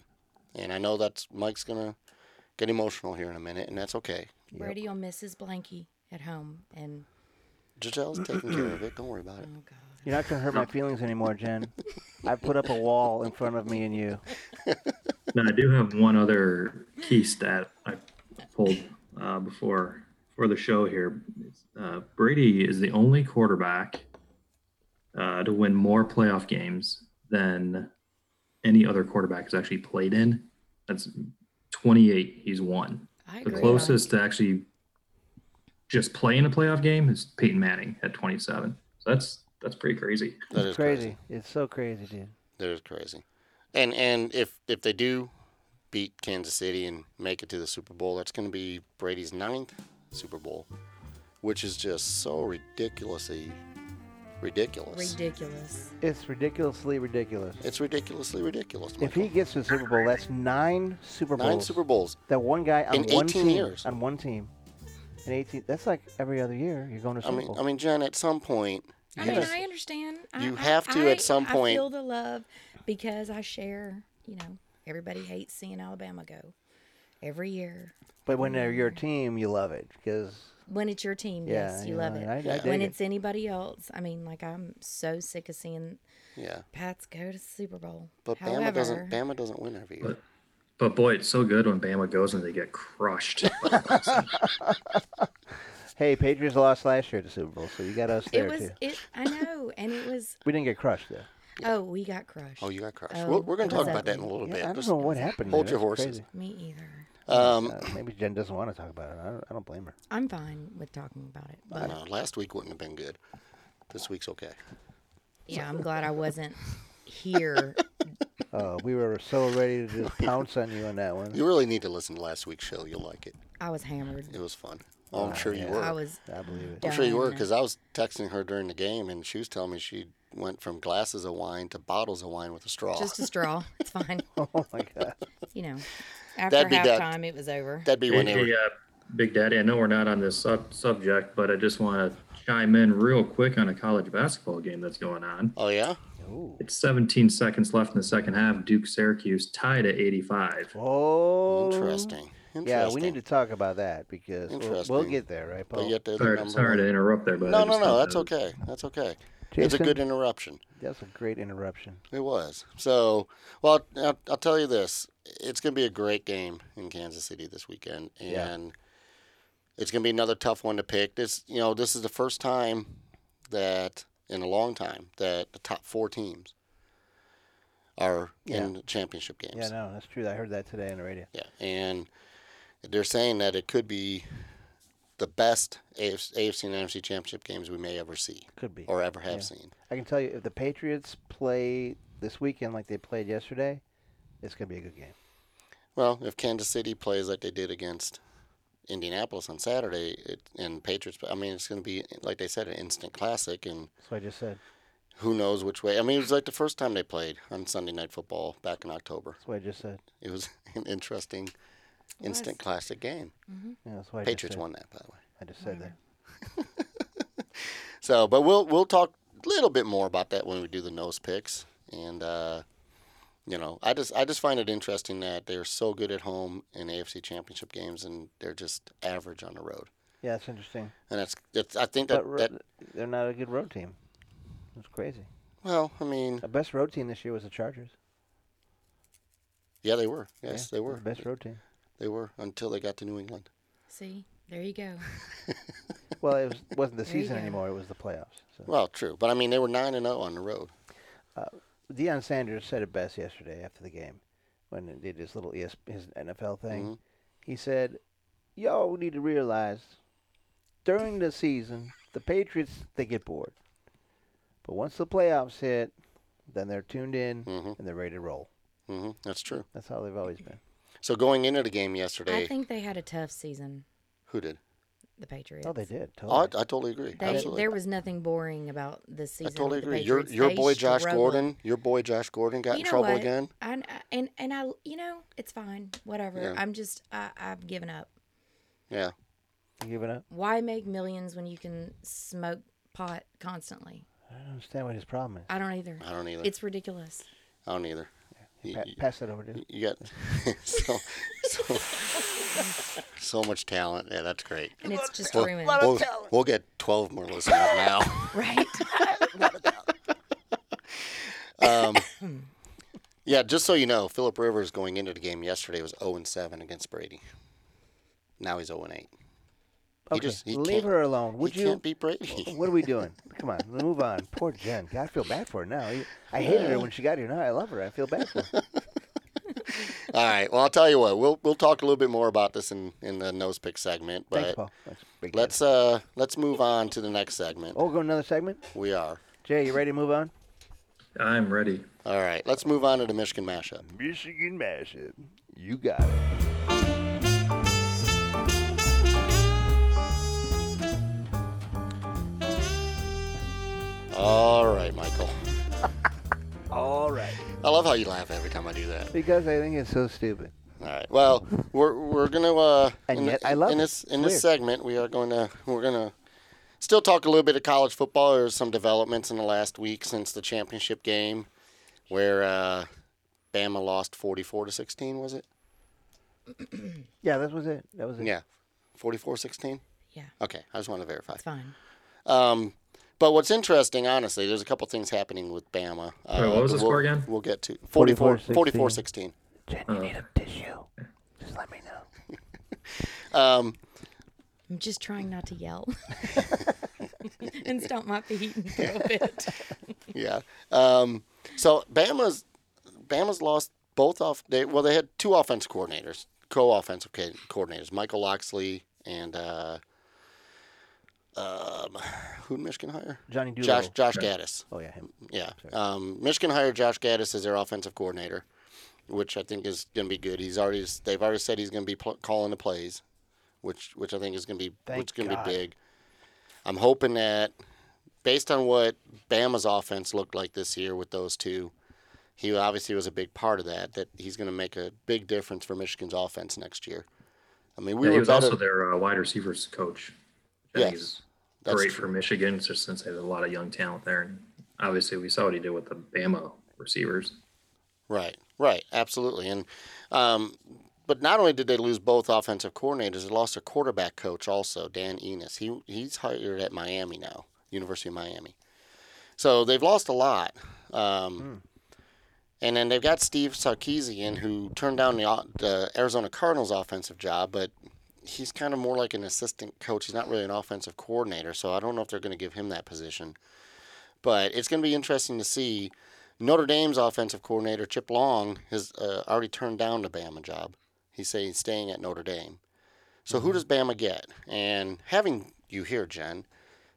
S1: And I know that's Mike's gonna get emotional here in a minute, and that's okay.
S4: Brady will miss his blankie at home, and
S1: Giselle's taking care of it. Don't worry about it.
S4: oh god,
S2: You're not gonna hurt my feelings anymore, Jen. I put up a wall in front of me and you.
S3: Now, I do have one other key stat I pulled uh, before for the show here. Uh, Brady is the only quarterback uh, to win more playoff games than any other quarterback has actually played in. That's 28 he's won.
S4: I
S3: The
S4: agree.
S3: closest to actually just playing a playoff game is Peyton Manning at 27. So that's that's pretty crazy.
S1: That
S2: it's
S1: is
S2: crazy.
S1: crazy.
S2: It's so crazy, dude.
S1: That is crazy. And and if if they do beat Kansas City and make it to the Super Bowl, that's going to be Brady's ninth Super Bowl, which is just so ridiculously ridiculous.
S4: ridiculous.
S2: It's ridiculously ridiculous.
S1: it's ridiculously ridiculous.
S2: If he
S1: Michael.
S2: gets to the Super Bowl, that's nine Super Bowls.
S1: nine Super Bowls,
S2: That one guy on
S1: In
S2: one
S1: 18
S2: team.
S1: years.
S2: On one team. In 18. That's like every other year you're going to
S1: I
S2: Super
S1: mean,
S2: Bowl.
S1: I mean, Jen, at some point,
S4: I
S1: you
S4: mean,
S1: just-
S4: I understand. I-
S1: you
S4: I-
S1: have to at
S4: I-
S1: some point-
S4: I feel the love because I share. You know, everybody hates seeing Alabama go every year.
S2: but when they're your team, you love it because
S4: When it's your team,
S2: yeah,
S4: yes, you
S2: know,
S4: love
S2: and
S4: it.
S2: I, I dig
S4: when
S2: it.
S4: it's anybody else, I mean, like I'm so sick of seeing
S1: yeah.
S4: Pats go to the Super Bowl.
S1: But Bama
S4: However,
S1: doesn't. Bama doesn't win every year.
S3: But- But boy, it's so good when Bama goes and they get crushed.
S2: Hey, Patriots lost last year at the Super Bowl, so you got us there
S4: it was
S2: too.
S4: it. I know, and it was.
S2: We didn't get crushed though.
S4: Oh, we got crushed.
S1: Oh, you got crushed.
S4: Oh,
S1: we'll, we're going
S4: it
S1: to talk
S4: was
S1: about that in a
S4: ugly.
S1: little
S2: Yeah,
S1: bit.
S2: I don't
S1: Just-
S2: know what happened.
S1: hold
S2: there.
S1: your
S2: That's
S1: horses.
S2: crazy.
S4: Me either.
S1: Um,
S2: Uh, maybe Jen doesn't want to talk about it. I don't, I don't blame her.
S4: I'm fine with talking about it, but
S1: no, last week wouldn't have been good. This week's okay.
S4: yeah, I'm glad I wasn't here.
S2: Oh, we were so ready to just pounce on you on that one.
S1: You really need to listen to last week's show. You'll like it.
S4: I was hammered.
S1: It was fun. Oh, I'm
S2: Oh,
S1: sure
S2: yeah.
S1: you were.
S4: I was.
S2: I believe it.
S1: I'm sure you were
S4: done.
S1: because I was texting her during the game, and she was telling me she went from glasses of wine to bottles of wine with a straw.
S4: Just a straw. It's fine.
S2: Oh my god.
S4: You know, after
S1: be that-
S4: halftime, it was over.
S1: That'd be
S3: Hey,
S1: when they were.
S3: hey, uh, Big Daddy, I know we're not on this sub- subject, but I just want to chime in real quick on a college basketball game that's going on.
S1: Oh yeah,
S2: Ooh.
S3: It's 17 seconds left in the second half. Duke Syracuse tied at 85.
S2: Oh.
S1: interesting. interesting.
S2: Yeah, we need to talk about that because we'll, we'll
S1: Interesting.
S2: get there, right, Paul?
S1: But yet they're the
S3: Sorry,
S1: number
S3: sorry to
S1: one.
S3: interrupt there, but I
S1: No, no,
S3: just
S1: no.
S3: thought
S1: That's
S3: that-
S1: okay. That's okay.
S2: Jason,
S1: It's a good interruption.
S2: That's a great interruption.
S1: It was. So, well, I'll, I'll tell you this. It's going to be a great game in Kansas City this weekend, and
S2: Yeah.
S1: it's going to be another tough one to pick. This, you know, this is the first time that in a long time that the top four teams are in the championship games.
S2: Yeah, no, that's true. I heard that today on the radio.
S1: Yeah, and they're saying that it could be the best AFC, AFC and NFC championship games we may ever see
S2: Could be.
S1: or ever have
S2: Yeah.
S1: seen.
S2: I can tell you, if the Patriots play this weekend like they played yesterday, it's gonna be a good game.
S1: Well, if Kansas City plays like they did against Indianapolis on Saturday it, and Patriots, I mean, it's going to be, like they said, an instant classic, and
S2: That's what I just said.
S1: who knows which way. I mean, it was like the first time they played on Sunday Night Football back in October.
S2: That's what I just said.
S1: It was an interesting, instant
S4: Was.
S1: classic game.
S2: Yeah, that's what I just
S1: Patriots
S2: said.
S1: won that, by the way.
S2: I just said that.
S4: Mm-hmm.
S1: So, but we'll we'll talk a little bit more about that when we do the nose picks, and uh, you know, I just I just find it interesting that they're so good at home in AFC Championship games, and they're just average on the road.
S2: Yeah, it's interesting.
S1: And that's, that's I think that,
S2: But ro-
S1: that
S2: they're not a good road team. It's crazy.
S1: well, I mean,
S2: The best road team this year was the Chargers.
S1: yeah, they were.
S2: Yeah,
S1: Yes, they
S2: they're
S1: were.
S2: the best road team.
S1: They were until they got to New England.
S4: See, there you go.
S2: Well, it was, wasn't the
S4: There you
S2: season
S4: go.
S2: anymore. It was the playoffs. So.
S1: Well, true, but I mean, they were nine and zero on the road.
S2: Deion Sanders said it best yesterday after the game when he did his little ES, his NFL thing.
S1: Mm-hmm.
S2: He said, "Y'all need to realize during the season, the Patriots they get bored, but once the playoffs hit, then they're tuned in
S1: Mhm.
S2: and they're ready to roll."
S1: hmm That's true.
S2: That's how they've always been.
S1: So going into the game yesterday,
S4: I think they had a tough season,
S1: who did?
S4: the Patriots.
S2: Oh, they did.
S1: Oh, I,
S2: Totally.
S1: I totally agree.
S4: They-
S1: Absolutely.
S4: there was nothing boring about this
S1: I
S4: season.
S1: totally
S4: with the
S1: agree. Your
S4: Patriots.
S1: your
S4: They
S1: boy Josh
S4: struggled.
S1: Gordon, your boy Josh Gordon got
S4: You
S1: in
S4: know
S1: trouble
S4: what?
S1: again.
S4: I, I- and and I you know it's fine, whatever.
S1: Yeah.
S4: I'm just I, I've given up.
S1: Yeah.
S2: You giving up?
S4: Why make millions when you can smoke pot constantly?
S2: I don't understand what his problem is.
S4: I don't either.
S1: I don't either.
S4: It's ridiculous.
S1: I don't either. You,
S2: Pa-
S1: you-
S2: pass that over to him.
S1: you got so, so so much talent. Yeah, that's great.
S4: And it's just
S1: Well,
S4: ruined.
S1: We'll, we'll get 12 more listeners now.
S4: Right?
S1: yeah, just so you know, Philip Rivers going into the game yesterday was 0 and 7 against Brady. Now he's 0 and 8.
S2: Okay,
S1: just- he
S2: leave
S1: can't-
S2: her alone. Would
S1: he
S2: you?
S1: can't beat Brady.
S2: What are we doing? Come on, move on. Poor Jen. God, I feel bad for her now. I hated her when she got here. Now I love her. I feel bad for her.
S1: All right. Well, I'll tell you what. We'll we'll talk a little bit more about this in, in the nose pick segment,
S2: Thanks,
S1: but
S2: Paul. That's big deal.
S1: let's uh let's move on to the next segment.
S2: Oh, we're going to another segment.
S1: We are.
S2: Jay, you ready to move on?
S3: I'm ready.
S1: All right. Let's move on to the Michigan mashup.
S2: Michigan mashup. You got it.
S1: All right, Michael.
S2: All right.
S1: I love how you laugh every time I do that.
S2: Because I think it's so stupid.
S1: All right. Well, we're we're gonna uh,
S2: And
S1: in,
S2: yet I love
S1: in
S2: it.
S1: this in
S2: Weird.
S1: this segment we are going to we're gonna still talk a little bit of college football. There's some developments in the last week since the championship game where uh, Bama lost 44 to 16. Was it?
S2: Yeah, that was it. That was it.
S1: Yeah, 44 16.
S4: yeah,
S1: Okay, I just want to verify.
S4: it's fine.
S1: Um, but what's interesting, honestly, there's a couple things happening with Bama. Uh,
S3: Wait, what was the
S1: we'll-
S3: score again?
S1: We'll get to 44
S2: 44-16.
S1: 44 16.
S2: Jen, you need a tissue. Just let me know.
S1: Um,
S4: I'm just trying not to yell and stomp my feet and throw a bit.
S1: Yeah. Um, so Bama's Bama's lost both off. They well, they had two offense coordinators, co-offensive co- coordinators, Michael Loxley and uh, um, who did Michigan hire?
S2: Johnny Doolittle.
S1: Josh Josh Gaddis.
S2: Oh, yeah, him.
S1: Yeah. Um, Michigan hired Josh Gaddis as their offensive coordinator, which I think is going to be good. He's already they've already said he's going to be pl- calling the plays, which which I think is going to be
S2: Thank
S1: which going to be
S2: God.
S1: big. I'm hoping that based on what Bama's offense looked like this year with those two, he obviously was a big part of that. That he's going to make a big difference for Michigan's offense next year. I mean, we
S3: yeah, he
S1: were
S3: was
S1: better.
S3: also their uh, wide receivers coach. I think
S1: Yes,
S3: is
S1: that's
S3: great
S1: true.
S3: for Michigan so- since they have a lot of young talent there. And obviously, we saw what he did with the Bama receivers.
S1: Right, right, absolutely, and um, but not only did they lose both offensive coordinators, they lost their quarterback coach also, Dan Enos. He he's hired at Miami now, University of Miami. So they've lost a lot, um, and then they've got Steve Sarkisian, who turned down the, the Arizona Cardinals offensive job, but he's kind of more like an assistant coach. He's not really an offensive coordinator, so I don't know if they're going to give him that position. But it's going to be interesting to see. Notre Dame's offensive coordinator Chip Long has uh, already turned down the Bama job. He's saying he's staying at Notre Dame. So
S2: Mm-hmm.
S1: who does Bama get? And having you here, Jen,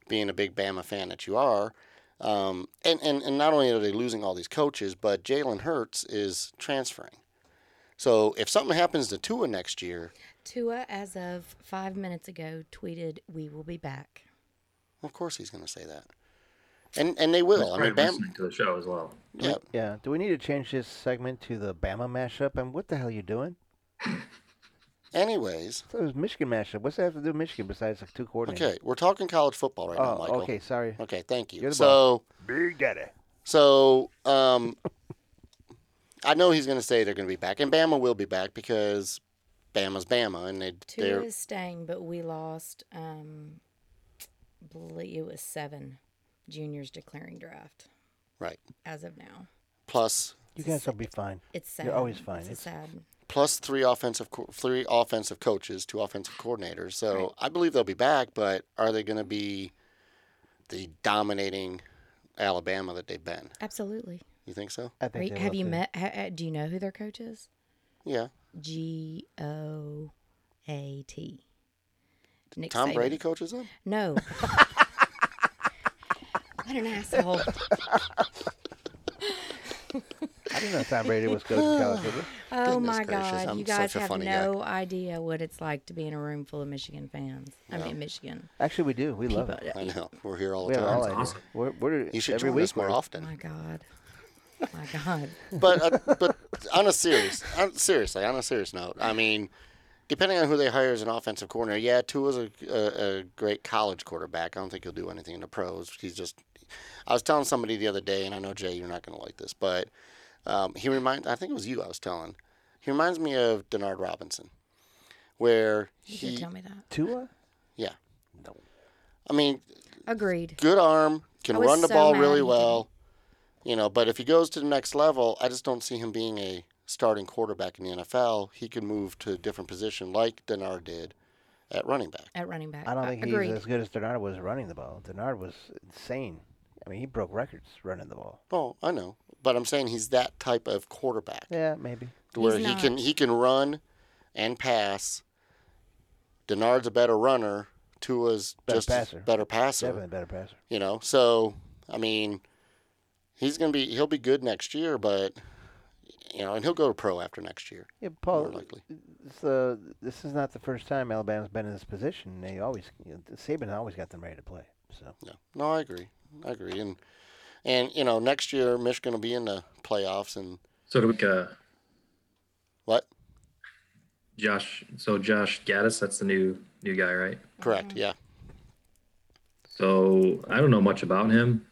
S1: being a big Bama fan that you are, um, and, and and not only are they losing all these coaches, but Jalen Hurts is transferring. So if something happens to Tua next year,
S4: Tua, as of five minutes ago, tweeted, "We will be back."
S1: of course he's going to say that, and and they will. I mean,
S3: Probably
S1: Bama.
S3: listening to the show as well.
S1: Yeah,
S2: Yeah. Do we need to change this segment to the Bama mashup? And what the hell are you doing?
S1: anyways,
S2: So it was Michigan mashup. What's that have to do with Michigan besides like two coordinators?
S1: okay, we're talking college football right now,
S2: Oh,
S1: Michael.
S2: okay. Sorry.
S1: Okay, thank you.
S2: You're the
S1: so.
S2: Big Daddy.
S1: So, um, I know he's going to say they're going to be back, and Bama will be back because Bama's Bama, and they
S4: Tua
S1: they're
S4: is staying, but we lost. Um, I believe it was seven juniors declaring draft
S1: right.
S4: as of now.
S1: Plus,
S2: You guys will be fine.
S4: It's sad.
S2: You're always fine.
S4: It's, a
S2: It's-
S4: sad.
S1: plus three offensive co- three offensive coaches, two offensive coordinators. So I believe they'll be back, but are they going to be the dominating Alabama that they've been?
S4: Absolutely.
S1: You think so?
S2: I
S4: Are
S2: think
S4: you,
S2: they
S4: have
S2: will,
S4: you
S2: too.
S4: met? Ha, ha- do you know who their coach is?
S1: Yeah.
S4: G O A T. Nick
S1: Tom
S4: Saban.
S1: Brady coaches them.
S4: No. what an asshole.
S1: I
S2: You know, Tom Brady was coaching college football.
S4: Oh
S1: Goodness
S4: my
S1: gracious,
S4: God!
S1: I'm
S4: you guys
S1: such a
S4: have
S1: funny
S4: no idea what it's like to be in a room full of Michigan fans. I mean, Michigan.
S2: Actually, we do. We love it.
S4: people.
S1: I know. We're here all
S2: We
S1: the
S2: have all
S1: time.
S2: ideas.
S3: awesome.
S2: We're, we're
S1: You should
S2: every
S1: join
S2: week.
S1: us more
S2: we're-
S1: often.
S4: Oh My God. My God.
S1: but uh, but on a serious, on, seriously, on a serious note, I mean, depending on who they hire as an offensive coordinator, yeah, Tua's a, a, a great college quarterback. I don't think he'll do anything in the pros. He's just. I was telling somebody the other day, and I know Jay, you're not going to like this, but um, he reminds. I think it was you. I was telling. He reminds me of Denard Robinson, where
S4: You did
S1: he,
S4: tell me that.
S2: Tua?
S1: yeah,
S2: No.
S1: I mean,
S4: Agreed.
S1: good arm, can
S4: I was
S1: run the
S4: so
S1: ball
S4: mad
S1: really
S4: he
S1: well. You know, but if he goes to the next level, I just don't see him being a starting quarterback in the NFL. He could move to a different position like Denard did at running back.
S4: At running back. Uh,
S2: I don't think he's
S4: Agreed.
S2: as good as Denard was running the ball. Denard was insane. I mean, he broke records running the ball.
S1: Oh, I know. But I'm saying he's that type of quarterback
S2: Yeah, maybe.
S1: where
S4: He's
S1: he can he can run and pass. Denard's a better runner. Tua's
S2: Better
S1: just as-
S2: passer.
S1: better passer.
S2: Definitely a better passer.
S1: You know, so I mean, he's gonna be he'll be good next year, but you know, and he'll go to pro after next year.
S2: Yeah,
S1: more
S2: Paul.
S1: likely.
S2: So this is not the first time Alabama's been in this position. They always you know, Saban always got them ready to play. So
S1: No, no, I agree. I agree. And and you know, next year Michigan will be in the playoffs. And
S3: So do we, uh,
S1: what?
S3: Josh. So Josh Gaddis, that's the new new guy, right?
S1: Correct. Yeah.
S3: So I don't know much about him,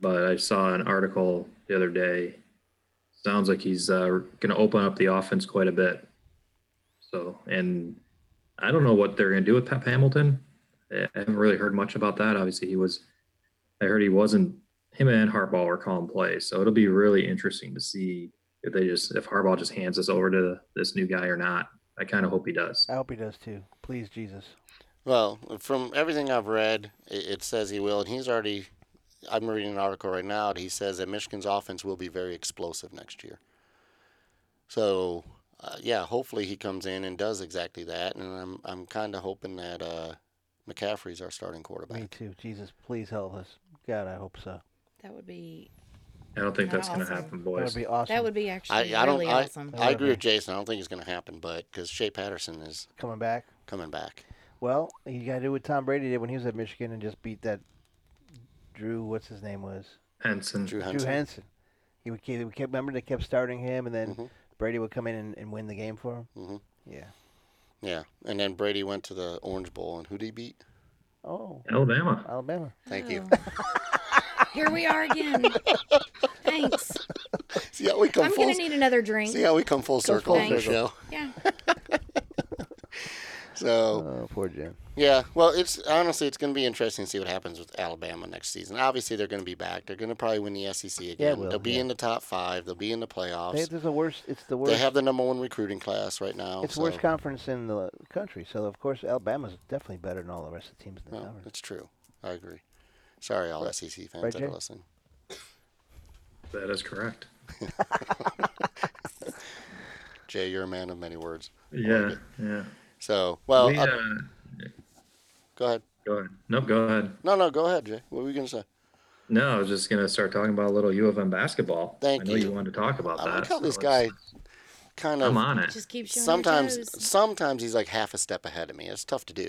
S3: but I saw an article the other day. Sounds like he's uh, going to open up the offense quite a bit. So, and I don't know what they're going to do with Pep Hamilton. I I haven't really heard much about that. Obviously, he was. I heard he wasn't. Him and Harbaugh were calling plays, so it'll be really interesting to see if they just if Harbaugh just hands us over to this new guy or not. I kind of hope he does.
S2: I hope he does too. Please, Jesus.
S1: Well, from everything I've read, it, it says he will, and he's already. I'm reading an article right now. And he says that Michigan's offense will be very explosive next year. So, uh, yeah, hopefully he comes in and does exactly that. And I'm I'm kind of hoping that uh, McCaffrey's our starting
S2: Me
S1: quarterback.
S2: too. Jesus, please help us. God, I hope so.
S4: That would be.
S3: I don't think that's going to
S4: Awesome.
S3: happen,
S2: That
S3: boys.
S2: would be awesome.
S4: That would be actually
S1: I, I don't
S4: really
S1: I,
S4: awesome.
S1: I agree with Jason. I don't think it's going to happen, but because Shea Patterson is
S2: coming back.
S1: coming back.
S2: Well, you got to do what Tom Brady did when he was at Michigan and just beat that Drew. What's his name was
S3: Henson.
S1: Drew
S2: Drew
S1: Henson.
S2: Henson. He would keep, they would keep- remember they kept starting him, and then
S1: Mhm.
S2: Brady would come in and, and win the game for him.
S1: Mhm.
S2: Yeah.
S1: Yeah, and then Brady went to the Orange Bowl, and who did he beat?
S2: Oh,
S3: Alabama.
S2: Alabama.
S1: Thank you.
S4: Oh. Here we are again. Thanks.
S1: See how we come
S4: Oh. I'm
S1: full.
S4: gonna need another drink.
S1: see how we come full circle
S4: full
S1: on the show.
S4: Yeah.
S1: So
S2: Oh, poor Jim.
S1: yeah, well, it's honestly it's going to be interesting to see what happens with Alabama next season. Obviously, they're going to be back. They're going to probably win the SEC again.
S2: will,
S1: they'll be
S2: yeah.
S1: in the top five. They'll be in the
S2: They,
S1: playoffs.
S2: there's the worst. It's the
S1: They,
S2: worst.
S1: have the number one recruiting class right now.
S2: it's the
S1: so-
S2: worst conference in the country. So of course Alabama's definitely better than all the rest of the teams in the
S1: No,
S2: conference.
S1: it's true. I agree. Sorry, all SEC fans
S2: Right,
S1: that are
S2: Jay?
S1: listening.
S3: That is correct.
S1: Jay, you're a man of many words.
S3: Yeah, yeah.
S1: So, well,
S3: we,
S1: uh,
S3: uh,
S1: go ahead.
S3: go ahead. Nope, go ahead.
S1: No, no, go ahead, Jay. What were you going to say?
S3: No, I was just gonna start talking about a little U of M basketball.
S1: Thank
S3: I know
S1: you.
S3: you. wanted to talk about
S1: I
S3: that.
S1: like how
S3: so
S1: this guy
S3: let's-
S1: kind
S3: I'm
S1: of
S3: on it.
S4: Just keep showing
S1: sometimes
S4: Your toes.
S1: sometimes he's like half a step ahead of me. It's tough to do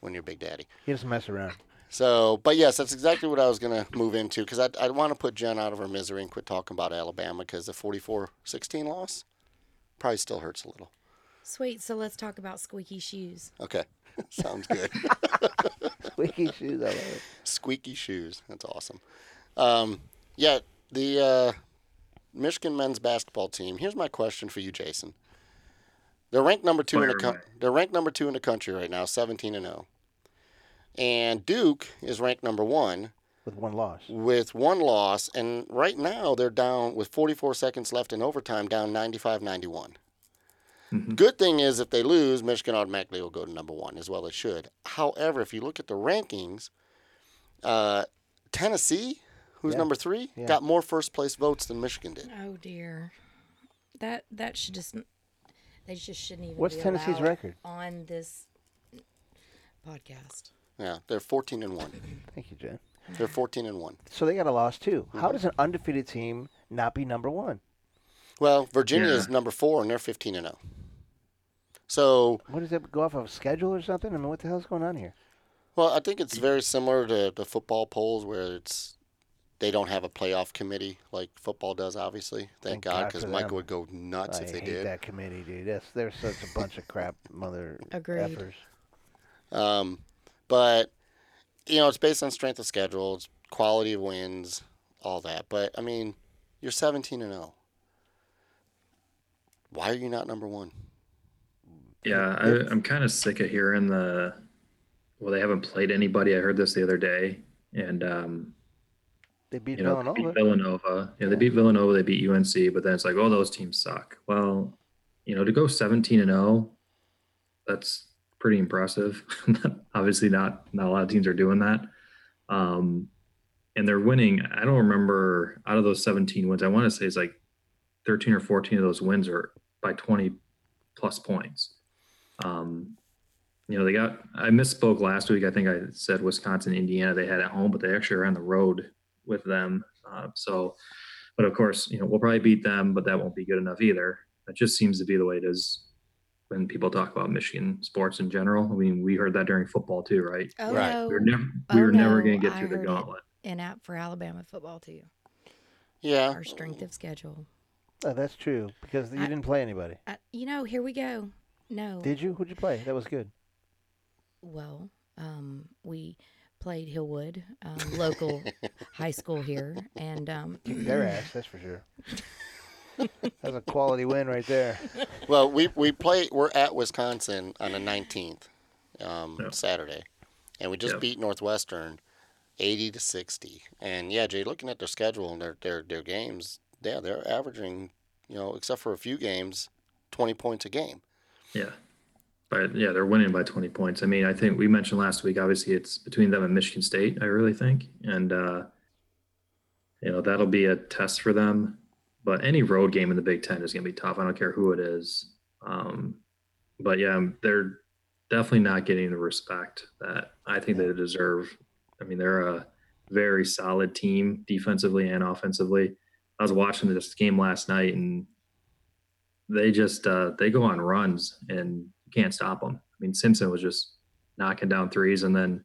S1: when you're Big Daddy.
S2: He doesn't mess around.
S1: So, but yes, that's exactly what I was going to move into because I I want to put Jen out of her misery and quit talking about Alabama because the 44-16 loss probably still hurts a little.
S4: Sweet. So let's talk about squeaky shoes.
S1: Okay, sounds good.
S2: Squeaky shoes. I love it.
S1: Squeaky shoes. That's awesome. Um, yeah, the uh, Michigan men's basketball team. Here's my question for you, Jason. They're ranked number two in the
S3: Fire
S1: coun
S3: away.
S1: they're ranked number two in the country right now, seventeen and zero. And Duke is ranked number one
S2: With one loss.
S1: with one loss, and right now they're down with 44 seconds left in overtime, down 95-91.
S2: Mm-hmm.
S1: Good thing is if they lose, Michigan automatically will go to number one as well. They should. However, if you look at the rankings, uh, Tennessee, who's
S2: Yeah.
S1: number three,
S2: Yeah.
S1: got more first place votes than Michigan did.
S4: Oh dear. That that should just they just shouldn't even.
S2: What's
S4: be
S2: Tennessee's
S4: allowed
S2: record?
S4: on this podcast?
S1: Yeah, they're 14 and one.
S2: Thank you, Jen.
S1: They're 14 and one. Mm-hmm.
S2: So they got a loss too. How does an undefeated team not be number one?
S1: Well, Virginia is
S3: Yeah.
S1: number four, and they're 15 and 0. So,
S2: What does that go off of schedule or something? I mean, what the hell's going on here?
S1: well, I think it's very similar to the football polls where it's they don't have a playoff committee like football does, obviously. Thank,
S2: Thank
S1: God,
S2: God
S1: because
S2: for
S1: Mike
S2: them.
S1: would go nuts
S2: I
S1: if they
S2: hate
S1: did.
S2: that committee, dude. That's they're such a bunch of crap mother
S4: Agreed.
S2: effers.
S1: Um, but you know, it's based on strength of schedule, it's quality of wins, all that. But I mean, you're 17 and 0. Why are you not number one?
S3: Yeah, I, I'm kind of sick of hearing the. Well, they haven't played anybody. I heard this the other day, and um,
S2: They beat
S3: you know they
S2: Villanova.
S3: beat Villanova. Yeah, they beat Villanova. They beat UNC, but then it's like, oh, those teams suck. Well, you know, to go 17 and 0, that's pretty impressive. Obviously, not not a lot of teams are doing that, um, and they're winning. I don't remember out of those 17 wins. I want to say it's like 13 or 14 of those wins are by 20 plus points. Um, you know, they got, I misspoke last week. I think I said Wisconsin, Indiana, they had at home, but they actually are on the road with them. Uh, so, but of course, you know, we'll probably beat them, but that won't be good enough either. That just seems to be the way it is when people talk about Michigan sports in general. I mean, we heard that during football too, right?
S4: Oh
S1: Right.
S4: no,
S3: We were never, we
S4: Oh,
S3: were never
S4: no,
S3: going to get
S4: I
S3: through the
S4: heard it.
S3: gauntlet.
S4: and out for Alabama football too.
S1: Yeah.
S4: Our strength of schedule.
S2: Oh, that's true because you
S4: I-
S2: didn't play anybody.
S4: I, you know, here we go. No,
S2: Did you? Who'd you play? That was good.
S4: well, um, we played Hillwood, um, local high school here, and um,
S2: Kick Their ass, that's for sure. that's a quality win right there.
S1: Well, we we play. We're at Wisconsin on the 19th, um,
S3: Yeah.
S1: Saturday, and we just
S3: Yeah.
S1: beat Northwestern, 80 to 60. And yeah, Jay, looking at their schedule and their their their games, yeah, they're averaging, you know, except for a few games, 20 points a game.
S3: Yeah. But yeah, they're winning by 20 points. I mean, I think we mentioned last week, obviously, it's between them and Michigan State, I really think. And, uh, you know, that'll be a test for them. But any road game in the Big Ten is going to be tough. I don't care who it is. Um, but yeah, they're definitely not getting the respect that I think they deserve. I mean, they're a very solid team defensively and offensively. I was watching this game last night and they just uh, they go on runs and you can't stop them. I mean, Simpson was just knocking down threes, and then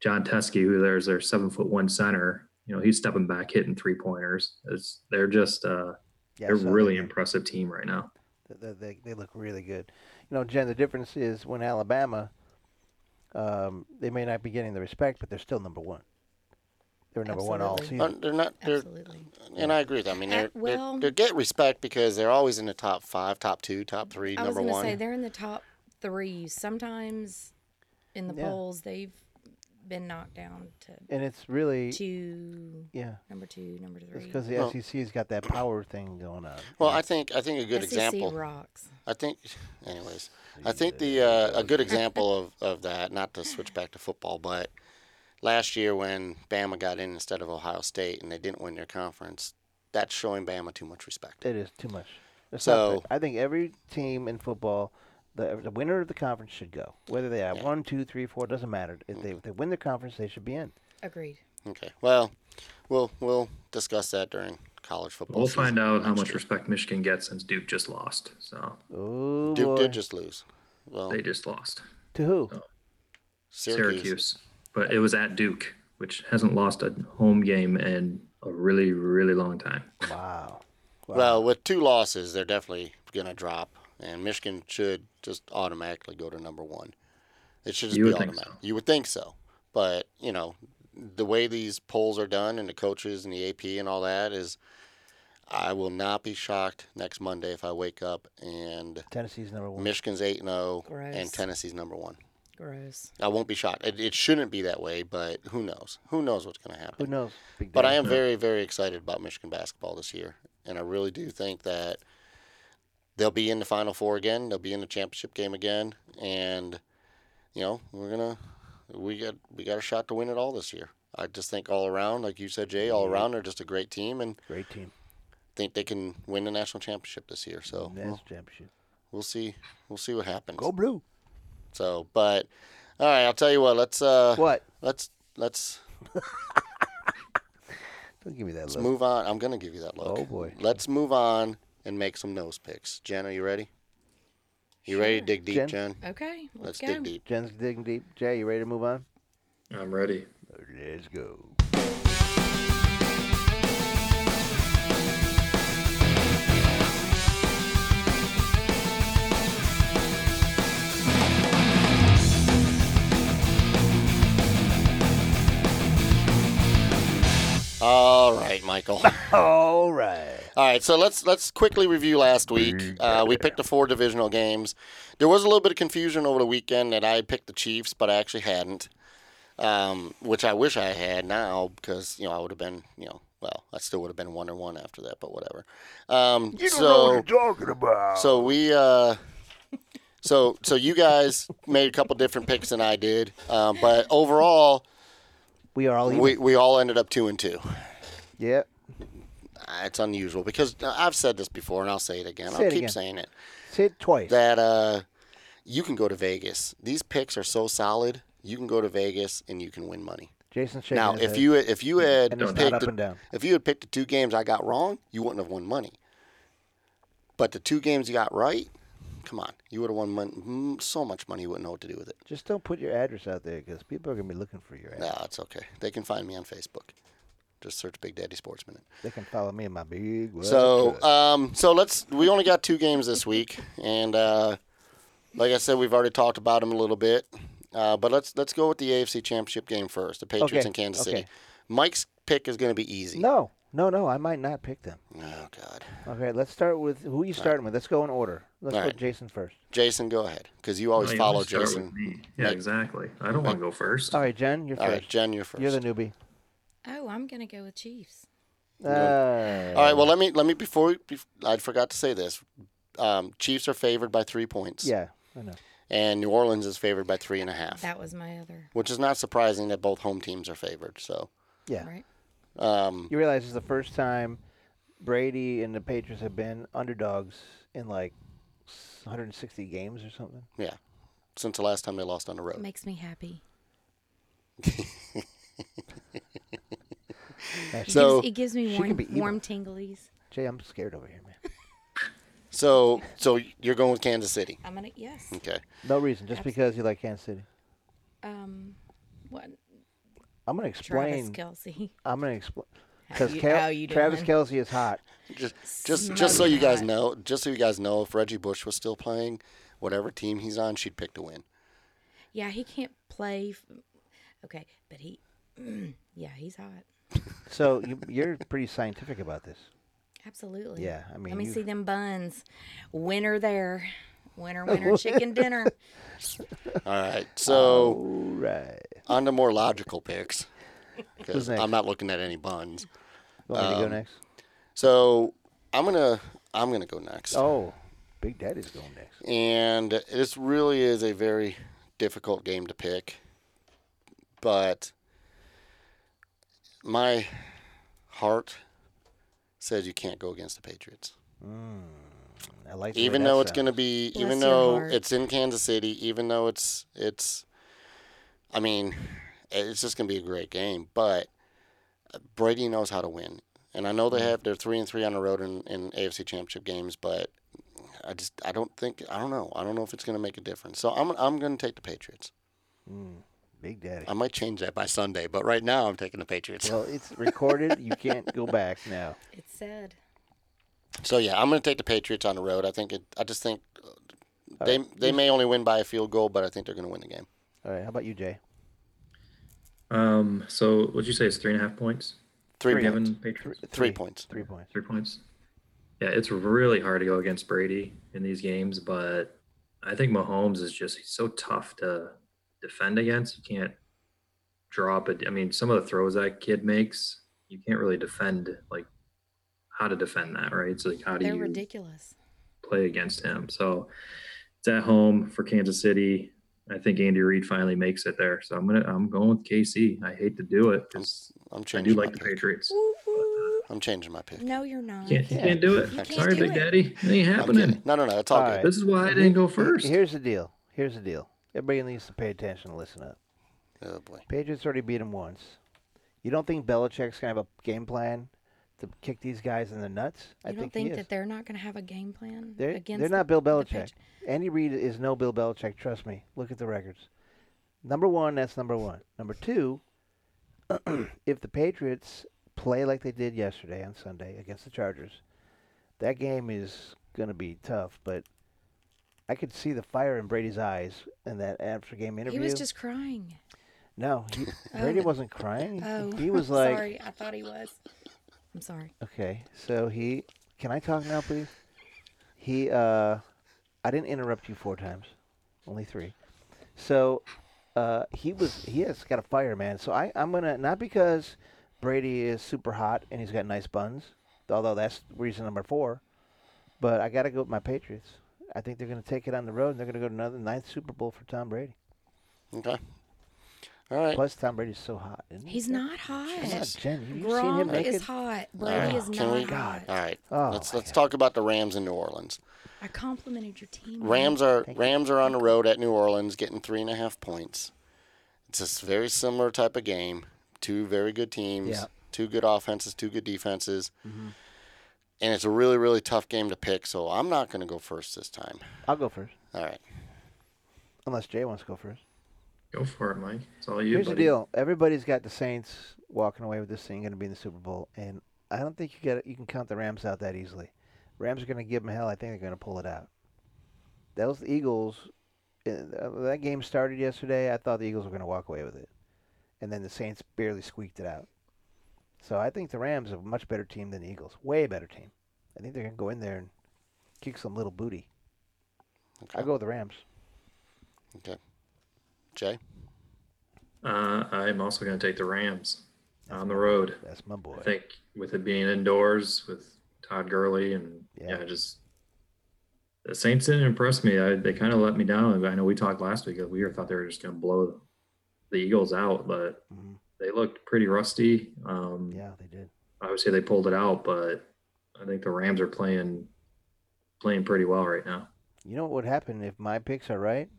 S3: John Teskey, who there's their seven foot one center, you know, he's stepping back, hitting three pointers. It's they're just uh,
S2: Yeah,
S3: they're
S2: so
S3: really
S2: they-
S3: impressive team right now.
S2: They, they, they look really good. You know, Jen, the difference is when Alabama, um, they may not be getting the respect, but they're still number one. They were number one all
S3: Hmm.
S4: Absolutely.
S2: season.
S1: Uh, They're not. They're
S4: absolutely.
S1: and I agree with that. I mean,
S4: Uh,
S1: they're,
S4: well-
S1: they're, they're get respect because they're always in the top five, top two, top three,
S4: I was
S1: number
S4: going to
S1: one.
S4: say they're in the top three. Sometimes in the
S2: Yeah.
S4: polls, they've been knocked down to
S2: And it's really,
S4: two,
S2: yeah,
S4: number two, number
S2: it's
S4: three.
S2: because the
S1: Well-
S2: SEC's got that power thing going on.
S1: well, I think I think a good
S4: SEC
S1: example.
S4: E rocks.
S1: I think, anyways, I think the uh, a good example of, of that. Not to switch back to football, but last year when Bama got in instead of Ohio State and they didn't win their conference, that's showing Bama too much respect.
S2: It is too much. It's not
S1: So-
S2: fair. I think every team in football, the, the winner of the conference should go. Whether they have one, two, three, four, doesn't matter. If they, if they win the conference, they should be in.
S4: Agreed.
S1: Okay, well, we'll we'll discuss that during college football.
S3: We'll
S1: season.
S3: find out how much respect Michigan gets since Duke just lost. So
S2: Oh
S1: Duke
S2: boy.
S1: did just lose. Well,
S3: they just lost
S2: to who?
S1: Syracuse.
S3: Syracuse. but it was at Duke, which hasn't lost a home game in a really really long time.
S2: Wow. Wow.
S1: Well, with two losses, they're definitely going to drop, and Michigan should just automatically go to number one. It should just
S3: You
S1: be
S3: would think
S1: automatic.
S3: so.
S1: You would think so, but you know, the way these polls are done, and the coaches and the AP and all that is, I will not be shocked next Monday if I wake up and
S2: Tennessee's number one.
S1: Michigan's eight and zero
S4: Gross.
S1: and Tennessee's number one.
S4: Gross.
S1: I won't be shocked. It, it shouldn't be that way, but who knows? Who knows what's going to happen?
S2: Who knows? Big
S1: But
S2: Daddy.
S1: I am very, very excited about Michigan basketball this year. And I really do think that they'll be in the Final Four again. They'll be in the championship game again. And, you know, we're going to, we got, we got a shot to win it all this year. I just think all around, like you said, Jay,
S2: Mm-hmm.
S1: all around, they're just a great team and
S2: great team.
S1: think they can win the national championship this year. So
S2: That's
S1: we'll,
S2: championship.
S1: we'll see. We'll see what happens.
S2: Go blue.
S1: So, but, all right, I'll tell you what, let's, uh,
S2: What?
S1: let's, let's,
S2: Don't give me that
S1: Let's
S2: look.
S1: move on. I'm going to give you that look.
S2: Oh, boy.
S1: Let's move on and make some nose picks. Jen, are you ready? You ready to dig deep,
S2: Jen?
S1: Jen?
S4: Okay,
S1: Let's
S4: let's, go.
S1: dig deep.
S2: Jen's digging deep. Jay, you ready to move on?
S3: I'm ready.
S2: Let's go.
S1: All right, Michael.
S2: All right.
S1: All right, so let's let's quickly review last week. Uh, we picked the four divisional games. There was a little bit of confusion over the weekend that I picked the Chiefs, but I actually hadn't, um, which I wish I had now because you know I would have been you know well I still would have been one or one after that, but whatever. Um, so
S2: talking about.
S1: so we uh, so so you guys made a couple different picks than I did, uh, but overall
S2: We are all even.
S1: we we all ended up two and two.
S2: yep.
S1: Uh, It's unusual because uh, I've said this before and I'll say it again.
S2: Say
S1: I'll
S2: it
S1: keep
S2: again.
S1: saying it.
S2: Say it twice.
S1: that uh, you can go to Vegas. These picks are so solid. You can go to Vegas and you can win money.
S2: Jason shaking
S1: now,
S2: his
S1: if
S2: head.
S1: you if you had
S2: And it's not
S1: picked
S2: up
S1: the-
S2: and down.
S1: if you had picked the two games I got wrong, you wouldn't have won money. But the two games you got right, come on, you would have won mon- mm, so much money you wouldn't know what to do with it.
S2: Just don't put your address out there because people are going to be looking for your address.
S1: Nah, it's okay. They can find me on Facebook. Just search Big Daddy Sports Minute.
S2: They can follow me in my big world.
S1: So, um, so let's. We only got two games this week, and uh, like I said, we've already talked about them a little bit. Uh, but let's let's go with the AFC Championship game first. The Patriots
S2: Okay,
S1: and Kansas City.
S2: okay.
S1: Mike's pick is going to be easy.
S2: no, no, no. I might not pick them.
S1: Oh God,
S2: Okay, let's start with who you starting with. Let's go in order. Let's
S1: All
S2: put
S1: right.
S2: Jason first.
S1: Jason, go ahead because you always
S3: Well, you
S1: follow
S3: always start with
S1: Jason.
S3: me. Yeah, exactly. I don't want to go first.
S2: All right, Jen, you're
S1: All
S2: first.
S1: right, Jen, you're 1st
S2: You're the newbie.
S4: Oh, I'm gonna go with Chiefs.
S2: Uh,
S1: All right. Well, let me let me before we, bef- I forgot to say this. Um, Chiefs are favored by three points.
S2: yeah, I know.
S1: And New Orleans is favored by three and a half,
S4: That was my other
S1: which is not surprising that both home teams are favored. So.
S2: Yeah,
S4: right.
S1: Um,
S2: you realize it's the first time Brady and the Patriots have been underdogs in like 160 games or something.
S1: Yeah. Since the last time they lost on the road.
S4: Makes me happy.
S2: Nice.
S1: So-
S4: it gives me
S2: She
S4: warm,
S2: could be evil.
S4: warm tinglies.
S2: Jay, I'm scared over here, man.
S1: So so you're going with Kansas City.
S4: I'm gonna yes.
S1: Okay.
S2: No reason, just because you like Kansas City.
S4: Um, what
S2: I'm gonna
S4: Travis
S2: explain.
S4: Kelsey?
S2: I'm gonna explain
S4: How
S2: because
S4: you-
S2: Kel-
S4: how you
S2: Travis
S4: doing?
S2: Kelsey is hot.
S1: Just just just so
S4: Smoking
S1: you guys
S4: hot.
S1: know, just so you guys know, if Reggie Bush was still playing, whatever team he's on, she'd pick to win.
S4: Yeah, he can't play. F- okay, but he, yeah, he's hot.
S2: So you, you're pretty scientific about this.
S4: Absolutely.
S2: Yeah, I mean,
S4: Let me
S2: you-
S4: see them buns. Winner there. Winner, winner, chicken dinner.
S1: All right. So
S2: All right.
S1: on to more logical picks.
S2: Who's
S1: Because
S2: next?
S1: I'm not looking at any buns.
S2: Want
S1: Um,
S2: me to go next?
S1: So I'm gonna I'm gonna go next.
S2: Oh, Big Daddy's going next.
S1: and this really is a very difficult game to pick. But my heart says you can't go against the Patriots,
S2: I like. the way
S1: even
S2: that
S1: though it's
S2: sounds.
S1: going to be,
S4: Bless
S1: even
S4: your
S1: though
S4: heart.
S1: it's in Kansas City, even though it's it's, I mean, it's just going to be a great game. But uh, Brady knows how to win, and I know they have they're three and three on the road in, in AFC Championship games, but I just I don't think I don't know I don't know if it's going to make a difference. So I'm I'm going to take the Patriots.
S2: Mm, Big Daddy.
S1: I might change that by Sunday, but right now I'm taking the Patriots.
S2: Well, it's recorded. You can't go back now.
S4: It's sad.
S1: So yeah, I'm going to take the Patriots on the road. I think it, I just think uh, they they may only win by a field goal, but I think they're going to win the game.
S2: All right. How about you, Jay?
S3: Um, so what'd you say? It's three and a half points.
S1: Three
S3: Given
S1: points.
S3: Patriots?
S1: Three points.
S2: Three points.
S3: Three points. Yeah, it's really hard to go against Brady in these games, but I think Mahomes is just he's so tough to defend against. You can't drop it. I mean, some of the throws that kid makes, you can't really defend like how to defend that, right? So like how do
S4: They're
S3: you
S4: ridiculous.
S3: play against him? So it's at home for Kansas City. I think Andy Reid finally makes it there. So I'm gonna I'm going with KC. I hate to do it because
S1: I'm
S3: I do
S1: changing.
S3: like
S1: my
S3: the
S1: pick.
S3: Patriots.
S4: Woo, woo.
S1: I'm changing my pick.
S4: No, you're not.
S3: Can't, can't do it.
S4: You can't
S3: Sorry,
S4: do
S3: Big
S4: it.
S3: Daddy. It ain't
S1: I'm
S3: happening.
S1: kidding. No, no, no. It's all,
S2: All
S1: good.
S2: right.
S3: This is why I didn't go first.
S2: Here's the deal. Here's the deal. Everybody needs to pay attention and listen up.
S1: Oh boy.
S2: Patriots already beat him once. You don't think Belichick's gonna have a game plan to kick these guys in the nuts. I
S4: You don't
S2: think,
S4: think,
S2: he is.
S4: that they're not going to have a game plan
S2: They're,
S4: against?
S2: they're
S4: the-
S2: not Bill
S4: the
S2: Belichick.
S4: pitch-
S2: Andy Reid is no Bill Belichick. Trust me. Look at the records. Number one, that's number one. Number two, if the Patriots play like they did yesterday on Sunday against the Chargers, that game is going to be tough. But I could see the fire in Brady's eyes in that after game interview.
S4: He was just crying.
S2: no, he, Brady wasn't crying.
S4: Oh,
S2: he was
S4: I'm
S2: like,
S4: sorry, I thought he was. I'm sorry.
S2: Okay, so he. Can I talk now, please? He. uh I didn't interrupt you four times, only three. So, uh, he was. He has got a fire, man. So I. I'm gonna not because Brady is super hot and he's got nice buns, although that's reason number four. But I gotta go with my Patriots. I think they're gonna take it on the road and they're gonna go to another ninth Super Bowl for Tom Brady.
S1: Okay. All right.
S2: Plus, Tom Brady's so hot. Isn't he?
S4: He's not
S2: Come on,
S4: hot.
S2: Jen, have you seen him
S4: Gronk
S2: naked?
S4: is hot. Brady
S1: right,
S4: is
S1: can
S4: not
S1: we-
S4: hot.
S1: All right.
S2: Oh,
S1: let's
S2: my
S1: let's talk about the Rams in New Orleans.
S4: I complimented your team.
S1: Rams are
S2: Mm-hmm. Thank you.
S1: Rams are on the road at New Orleans, getting three and a half points. It's a very similar type of game. Two very good teams.
S2: Yeah. Mm-hmm.
S1: Two good offenses. Two good defenses. And it's a really really tough game to pick. So I'm not going to go first this time.
S2: I'll go first,
S1: All right.
S2: unless Jay wants to go first.
S3: Go for it, Mike. It's all you.
S2: Here's
S3: buddy.
S2: the deal: everybody's got the Saints walking away with this thing, going to be in the Super Bowl, and I don't think you got you can count the Rams out that easily. Rams are going to give them hell. I think they're going to pull it out. Those Eagles, uh, that game started yesterday. I thought the Eagles were going to walk away with it, and then the Saints barely squeaked it out. So I think the Rams are a much better team than the Eagles. Way better team. I think they're going to go in there and kick some little booty.
S1: Okay.
S2: I go with the Rams.
S1: Okay. Jay.
S3: Uh, I'm also going to take the Rams on the road.
S2: That's my boy.
S3: I think with it being indoors with Todd Gurley and
S2: Yeah.
S3: yeah, just the Saints didn't impress me. I, they kind of let me down. I know we talked last week that we thought they were just going to blow the Eagles out, but
S2: Mhm.
S3: they looked pretty rusty. Um,
S2: Yeah, they did.
S3: Obviously, they pulled it out, but I think the Rams are playing playing pretty well right now.
S2: You know what would happen if my picks are right?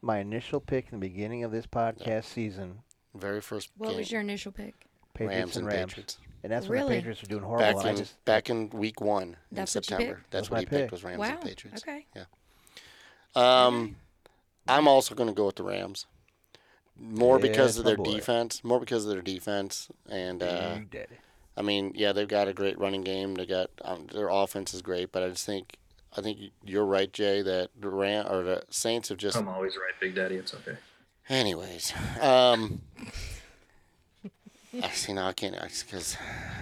S2: My initial pick in the beginning of this podcast season,
S1: Very first
S4: What
S1: game.
S4: was your initial pick?
S2: Patriots
S1: Rams
S2: and
S1: and
S2: Rams,
S1: Patriots.
S2: and that's when the
S4: Really?
S2: Patriots are doing horrible.
S1: Back
S2: and I
S1: in
S2: just
S1: back in week one
S4: That's
S1: in
S4: what you
S1: September. That's
S4: picked?
S2: That's
S1: what
S2: my
S1: he picked
S2: pick.
S1: was Rams
S4: wow.
S1: and Patriots.
S4: Okay.
S1: Um, I'm also going to go with the Rams, more because
S2: Yes,
S1: of
S2: my
S1: their
S2: boy.
S1: defense. More because of their defense, and uh,
S2: You did it.
S1: I mean, yeah, they've got a great running game. They got um, their offense is great, but I just think I think you're right, Jay, that the Ram or the Saints have just.
S3: I'm always right, Big Daddy. It's okay.
S1: Anyways, um, I see now I can't because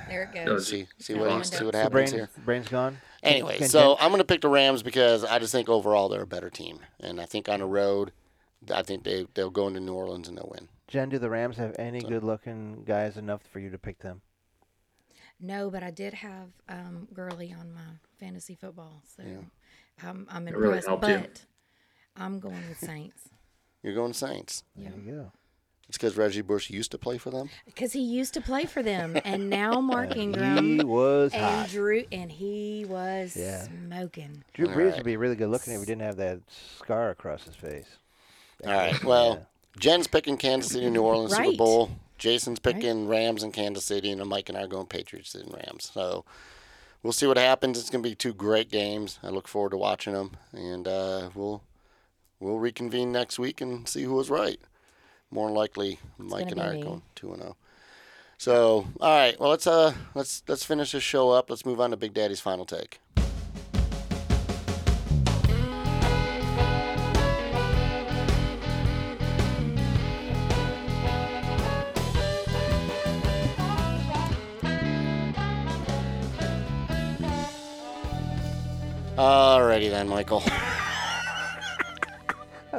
S4: There it
S3: That
S4: goes.
S3: was-
S1: see see
S4: Yeah,
S1: what
S4: I'm
S1: see
S4: done.
S1: what
S2: The
S1: happens
S2: brain,
S1: here.
S2: brain's gone.
S1: Anyway,
S2: Can-
S1: so
S2: can-
S1: I'm going to pick the Rams because I just think overall they're a better team, and I think on the road, I think they they'll go into New Orleans and they'll win.
S2: Jen, do the Rams have any good-looking guys enough for you to pick them?
S4: No, but I did have um, Gurley on my fantasy football, so I'm, I'm
S3: It really
S4: impressed.
S3: helped you.
S4: but I'm going with Saints
S1: You're going Saints.
S2: There you go.
S1: It's because Reggie Bush used to play for them.
S4: because he used to play for them, and now Mark
S2: He
S4: Ingram
S2: was
S4: and
S2: hot.
S4: Drew, and he was
S2: Yeah.
S4: smoking.
S2: Drew
S1: All
S2: Brees
S1: right.
S2: would be really good-looking if he didn't have that scar across his face.
S1: All right. Well, Jen's picking Kansas City, New Orleans Super
S4: Right.
S1: Bowl. Jason's picking Rams and Kansas City, and Mike and I are going Patriots and Rams. So we'll see what happens. It's going to be two great games. I look forward to watching them, and uh, we'll we'll reconvene next week and see who was right. More than likely, Mike
S4: gonna
S1: and
S4: be
S1: I are
S4: me.
S1: going two and zero. So all right. Well, let's uh let's let's finish this show up. Let's move on to Big Daddy's final take. Alrighty then, Michael.
S2: I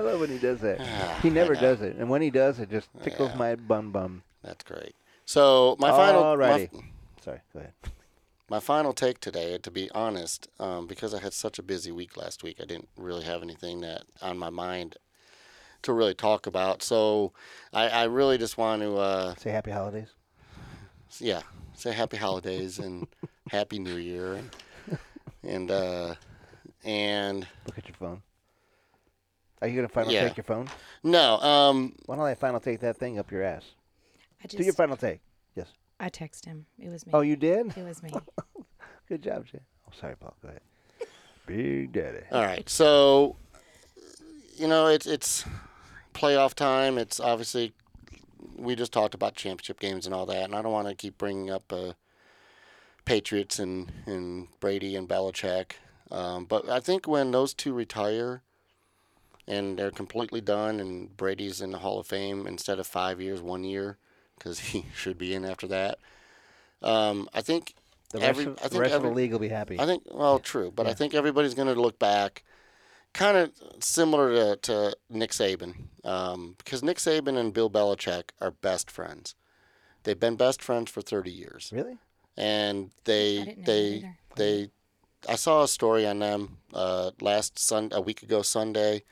S2: love when he does that. he never does it, and when he does, it just tickles my bum bum.
S1: That's great. So my final my,
S2: Alrighty. Sorry, go ahead.
S1: my final take today, to be honest, um, because I had such a busy week last week, I didn't really have anything that on my mind to really talk about. So I, I really just want to, uh,
S2: Say happy holidays.
S1: yeah, say happy holidays and happy New Year, and uh, and
S2: Look at your phone. Are you gonna final
S1: Yeah.
S2: take your phone?
S1: no, um,
S2: Why don't I final take that thing up your ass?
S4: I
S2: Do your
S4: just
S2: final take. Yes.
S4: I text him. It was me.
S2: Oh, you did?
S4: It was me.
S2: Good job, Jay. Oh, sorry, Paul. Go ahead. Big Daddy.
S1: All right. So, you know, it's it's playoff time. It's obviously we just talked about championship games and all that, and I don't want to keep bringing up uh, Patriots and and Brady and Belichick. Um, but I think when those two retire and they're completely done, and Brady's in the Hall of Fame instead of five years, one year, because he should be in after that. Um, I think
S2: The rest,
S1: every-
S2: of,
S1: I
S2: the
S1: think
S2: rest
S1: every-
S2: of the league will be happy.
S1: I think, well, true, but I think everybody's going to look back, kind of similar to, to Nick Saban, um, because Nick Saban and Bill Belichick are best friends. They've been best friends for 30 years,
S2: really?
S1: and
S4: I
S1: they
S4: didn't know that
S1: they
S4: either.
S1: they. I saw a story on them uh, last Sun a week ago Sunday,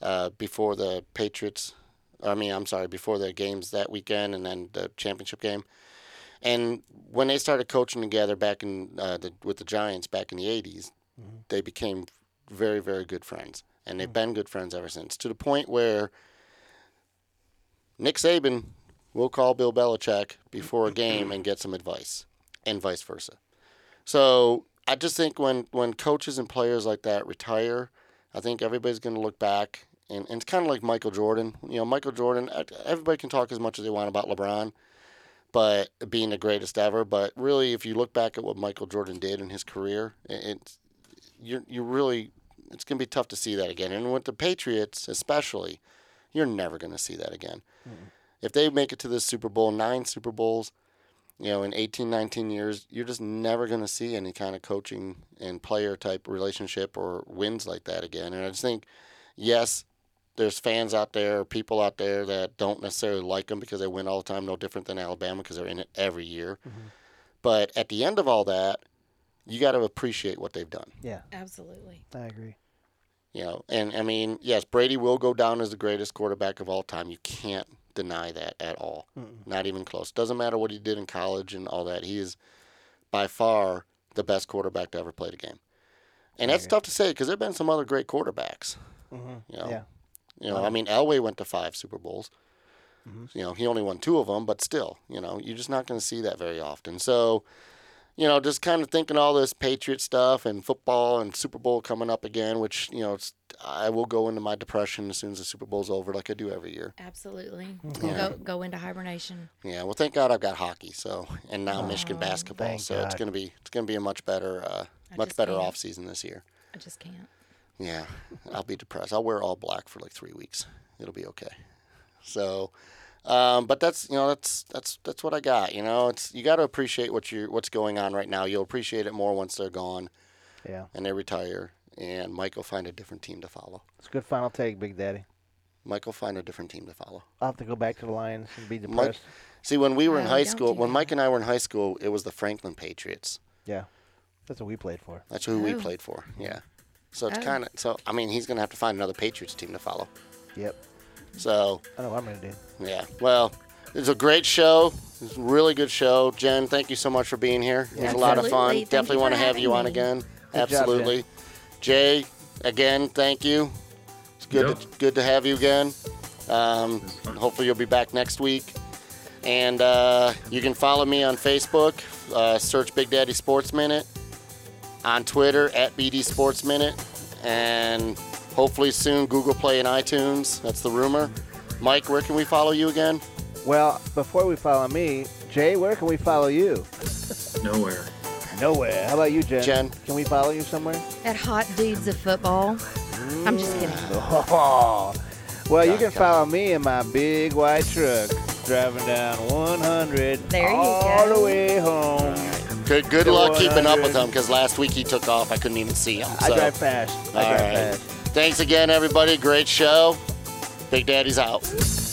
S1: uh, before the Patriots. I mean, I'm sorry, before the games that weekend, and then the championship game. And when they started coaching together back in uh, the, with the Giants back in the '80s, they became very, very good friends, and they've been good friends ever since. To the point where Nick Saban will call Bill Belichick before a game and get some advice, and vice versa. So I just think when when coaches and players like that retire, I think everybody's going to look back. And, and it's kind of like Michael Jordan. You know, Michael Jordan, uh, everybody can talk as much as they want about LeBron, but being the greatest ever. But really, if you look back at what Michael Jordan did in his career, it- it's you're you really it's gonna be tough to see that again. And with the Patriots, especially, you're never gonna see that again. If they make it to the Super Bowl, nine Super Bowls, you know, in 18, 19 years, you're just never going to see any kind of coaching and player type relationship or wins like that again. And I just think, yes, there's fans out there, people out there that don't necessarily like them because they win all the time, no different than Alabama because they're in it every year. But at the end of all that, you got to appreciate what they've done.
S2: Yeah,
S4: Absolutely.
S2: I agree.
S1: You know, and I mean, yes, Brady will go down as the greatest quarterback of all time. You can't deny that at all. Not even close. Doesn't matter what he did in college and all that. He is by far the best quarterback to ever play the game. And that's tough to say because there've been some other great quarterbacks. You know,
S2: Mm-hmm. Yeah.
S1: you know, I mean, Elway went to five Super Bowls.
S2: Mm-hmm.
S1: You know, he only won two of them, but still, you know, you're just not going to see that very often. So, you know, just kind of thinking all this Patriot stuff and football and Super Bowl coming up again, which you know, it's, I will go into my depression as soon as the Super Bowl's over, like I do every year.
S4: Absolutely.
S2: Mm-hmm.
S4: Go go into hibernation.
S1: Yeah, well, thank God I've got hockey, so and now Michigan basketball,
S2: Oh, thank
S1: so it's
S2: God.
S1: gonna be it's gonna be a much better uh,
S4: I
S1: much
S4: just
S1: better
S4: can't.
S1: off season this year.
S4: I just can't.
S1: Yeah, I'll be depressed. I'll wear all black for like three weeks. It'll be okay. So, um, but that's you know that's that's that's what I got. You know, it's you got to appreciate what you what's going on right now. You'll appreciate it more once they're gone
S2: Yeah.
S1: and they retire, and Mike will find a different team to follow.
S2: It's a good final take, Big Daddy.
S1: Mike will find a different team to follow.
S2: I'll have to go back to the Lions and be
S1: Mike,
S2: depressed.
S1: see, when we were in
S4: No,
S1: high
S4: don't
S1: school,
S4: do
S1: when
S4: that.
S1: Mike and I were in high school, it was the Franklin Patriots.
S2: Yeah. That's what we played for.
S1: That's who we
S4: Oh.
S1: played for. Yeah. So it's
S4: Oh.
S1: kind of so. I mean, he's gonna have to find another Patriots team to follow.
S2: Yep.
S1: So
S2: I know what I'm going to do.
S1: Yeah. Well, it's a great show. It's a really good show. Jen, thank you so much for being here. It was a lot of fun.
S4: Absolutely. Thank
S1: Definitely
S4: you
S1: want to
S4: for
S1: have you on
S4: having me.
S1: again.
S2: Good job,
S1: Absolutely. Jay, again, thank you. It's good to,
S3: Yep.
S1: good to have you again. Um,
S3: was fun.
S1: hopefully you'll be back next week. And uh, you can follow me on Facebook. Uh, search Big Daddy Sports Minute. On Twitter at BD Sports Minute. And hopefully soon Google Play and iTunes. That's the rumor. Mike, where can we follow you again?
S2: Well, before we follow me, Jay, where can we follow you?
S3: Nowhere.
S2: Nowhere. How about you, Jen?
S1: Jen.
S2: Can we follow you somewhere?
S4: That hot dudes of football. I'm just kidding.
S2: Oh, well, you
S1: Dot
S2: can
S1: com.
S2: follow me in my big white truck driving down 100
S4: There you
S2: all
S4: go.
S2: the way home.
S1: Good, good luck keeping up with
S2: 400.
S1: him because last week he took off. I couldn't even see him.
S2: I
S1: So.
S2: drive fast. I
S1: All
S2: drive
S1: right.
S2: fast.
S1: Thanks again, everybody. Great show. Big Daddy's out.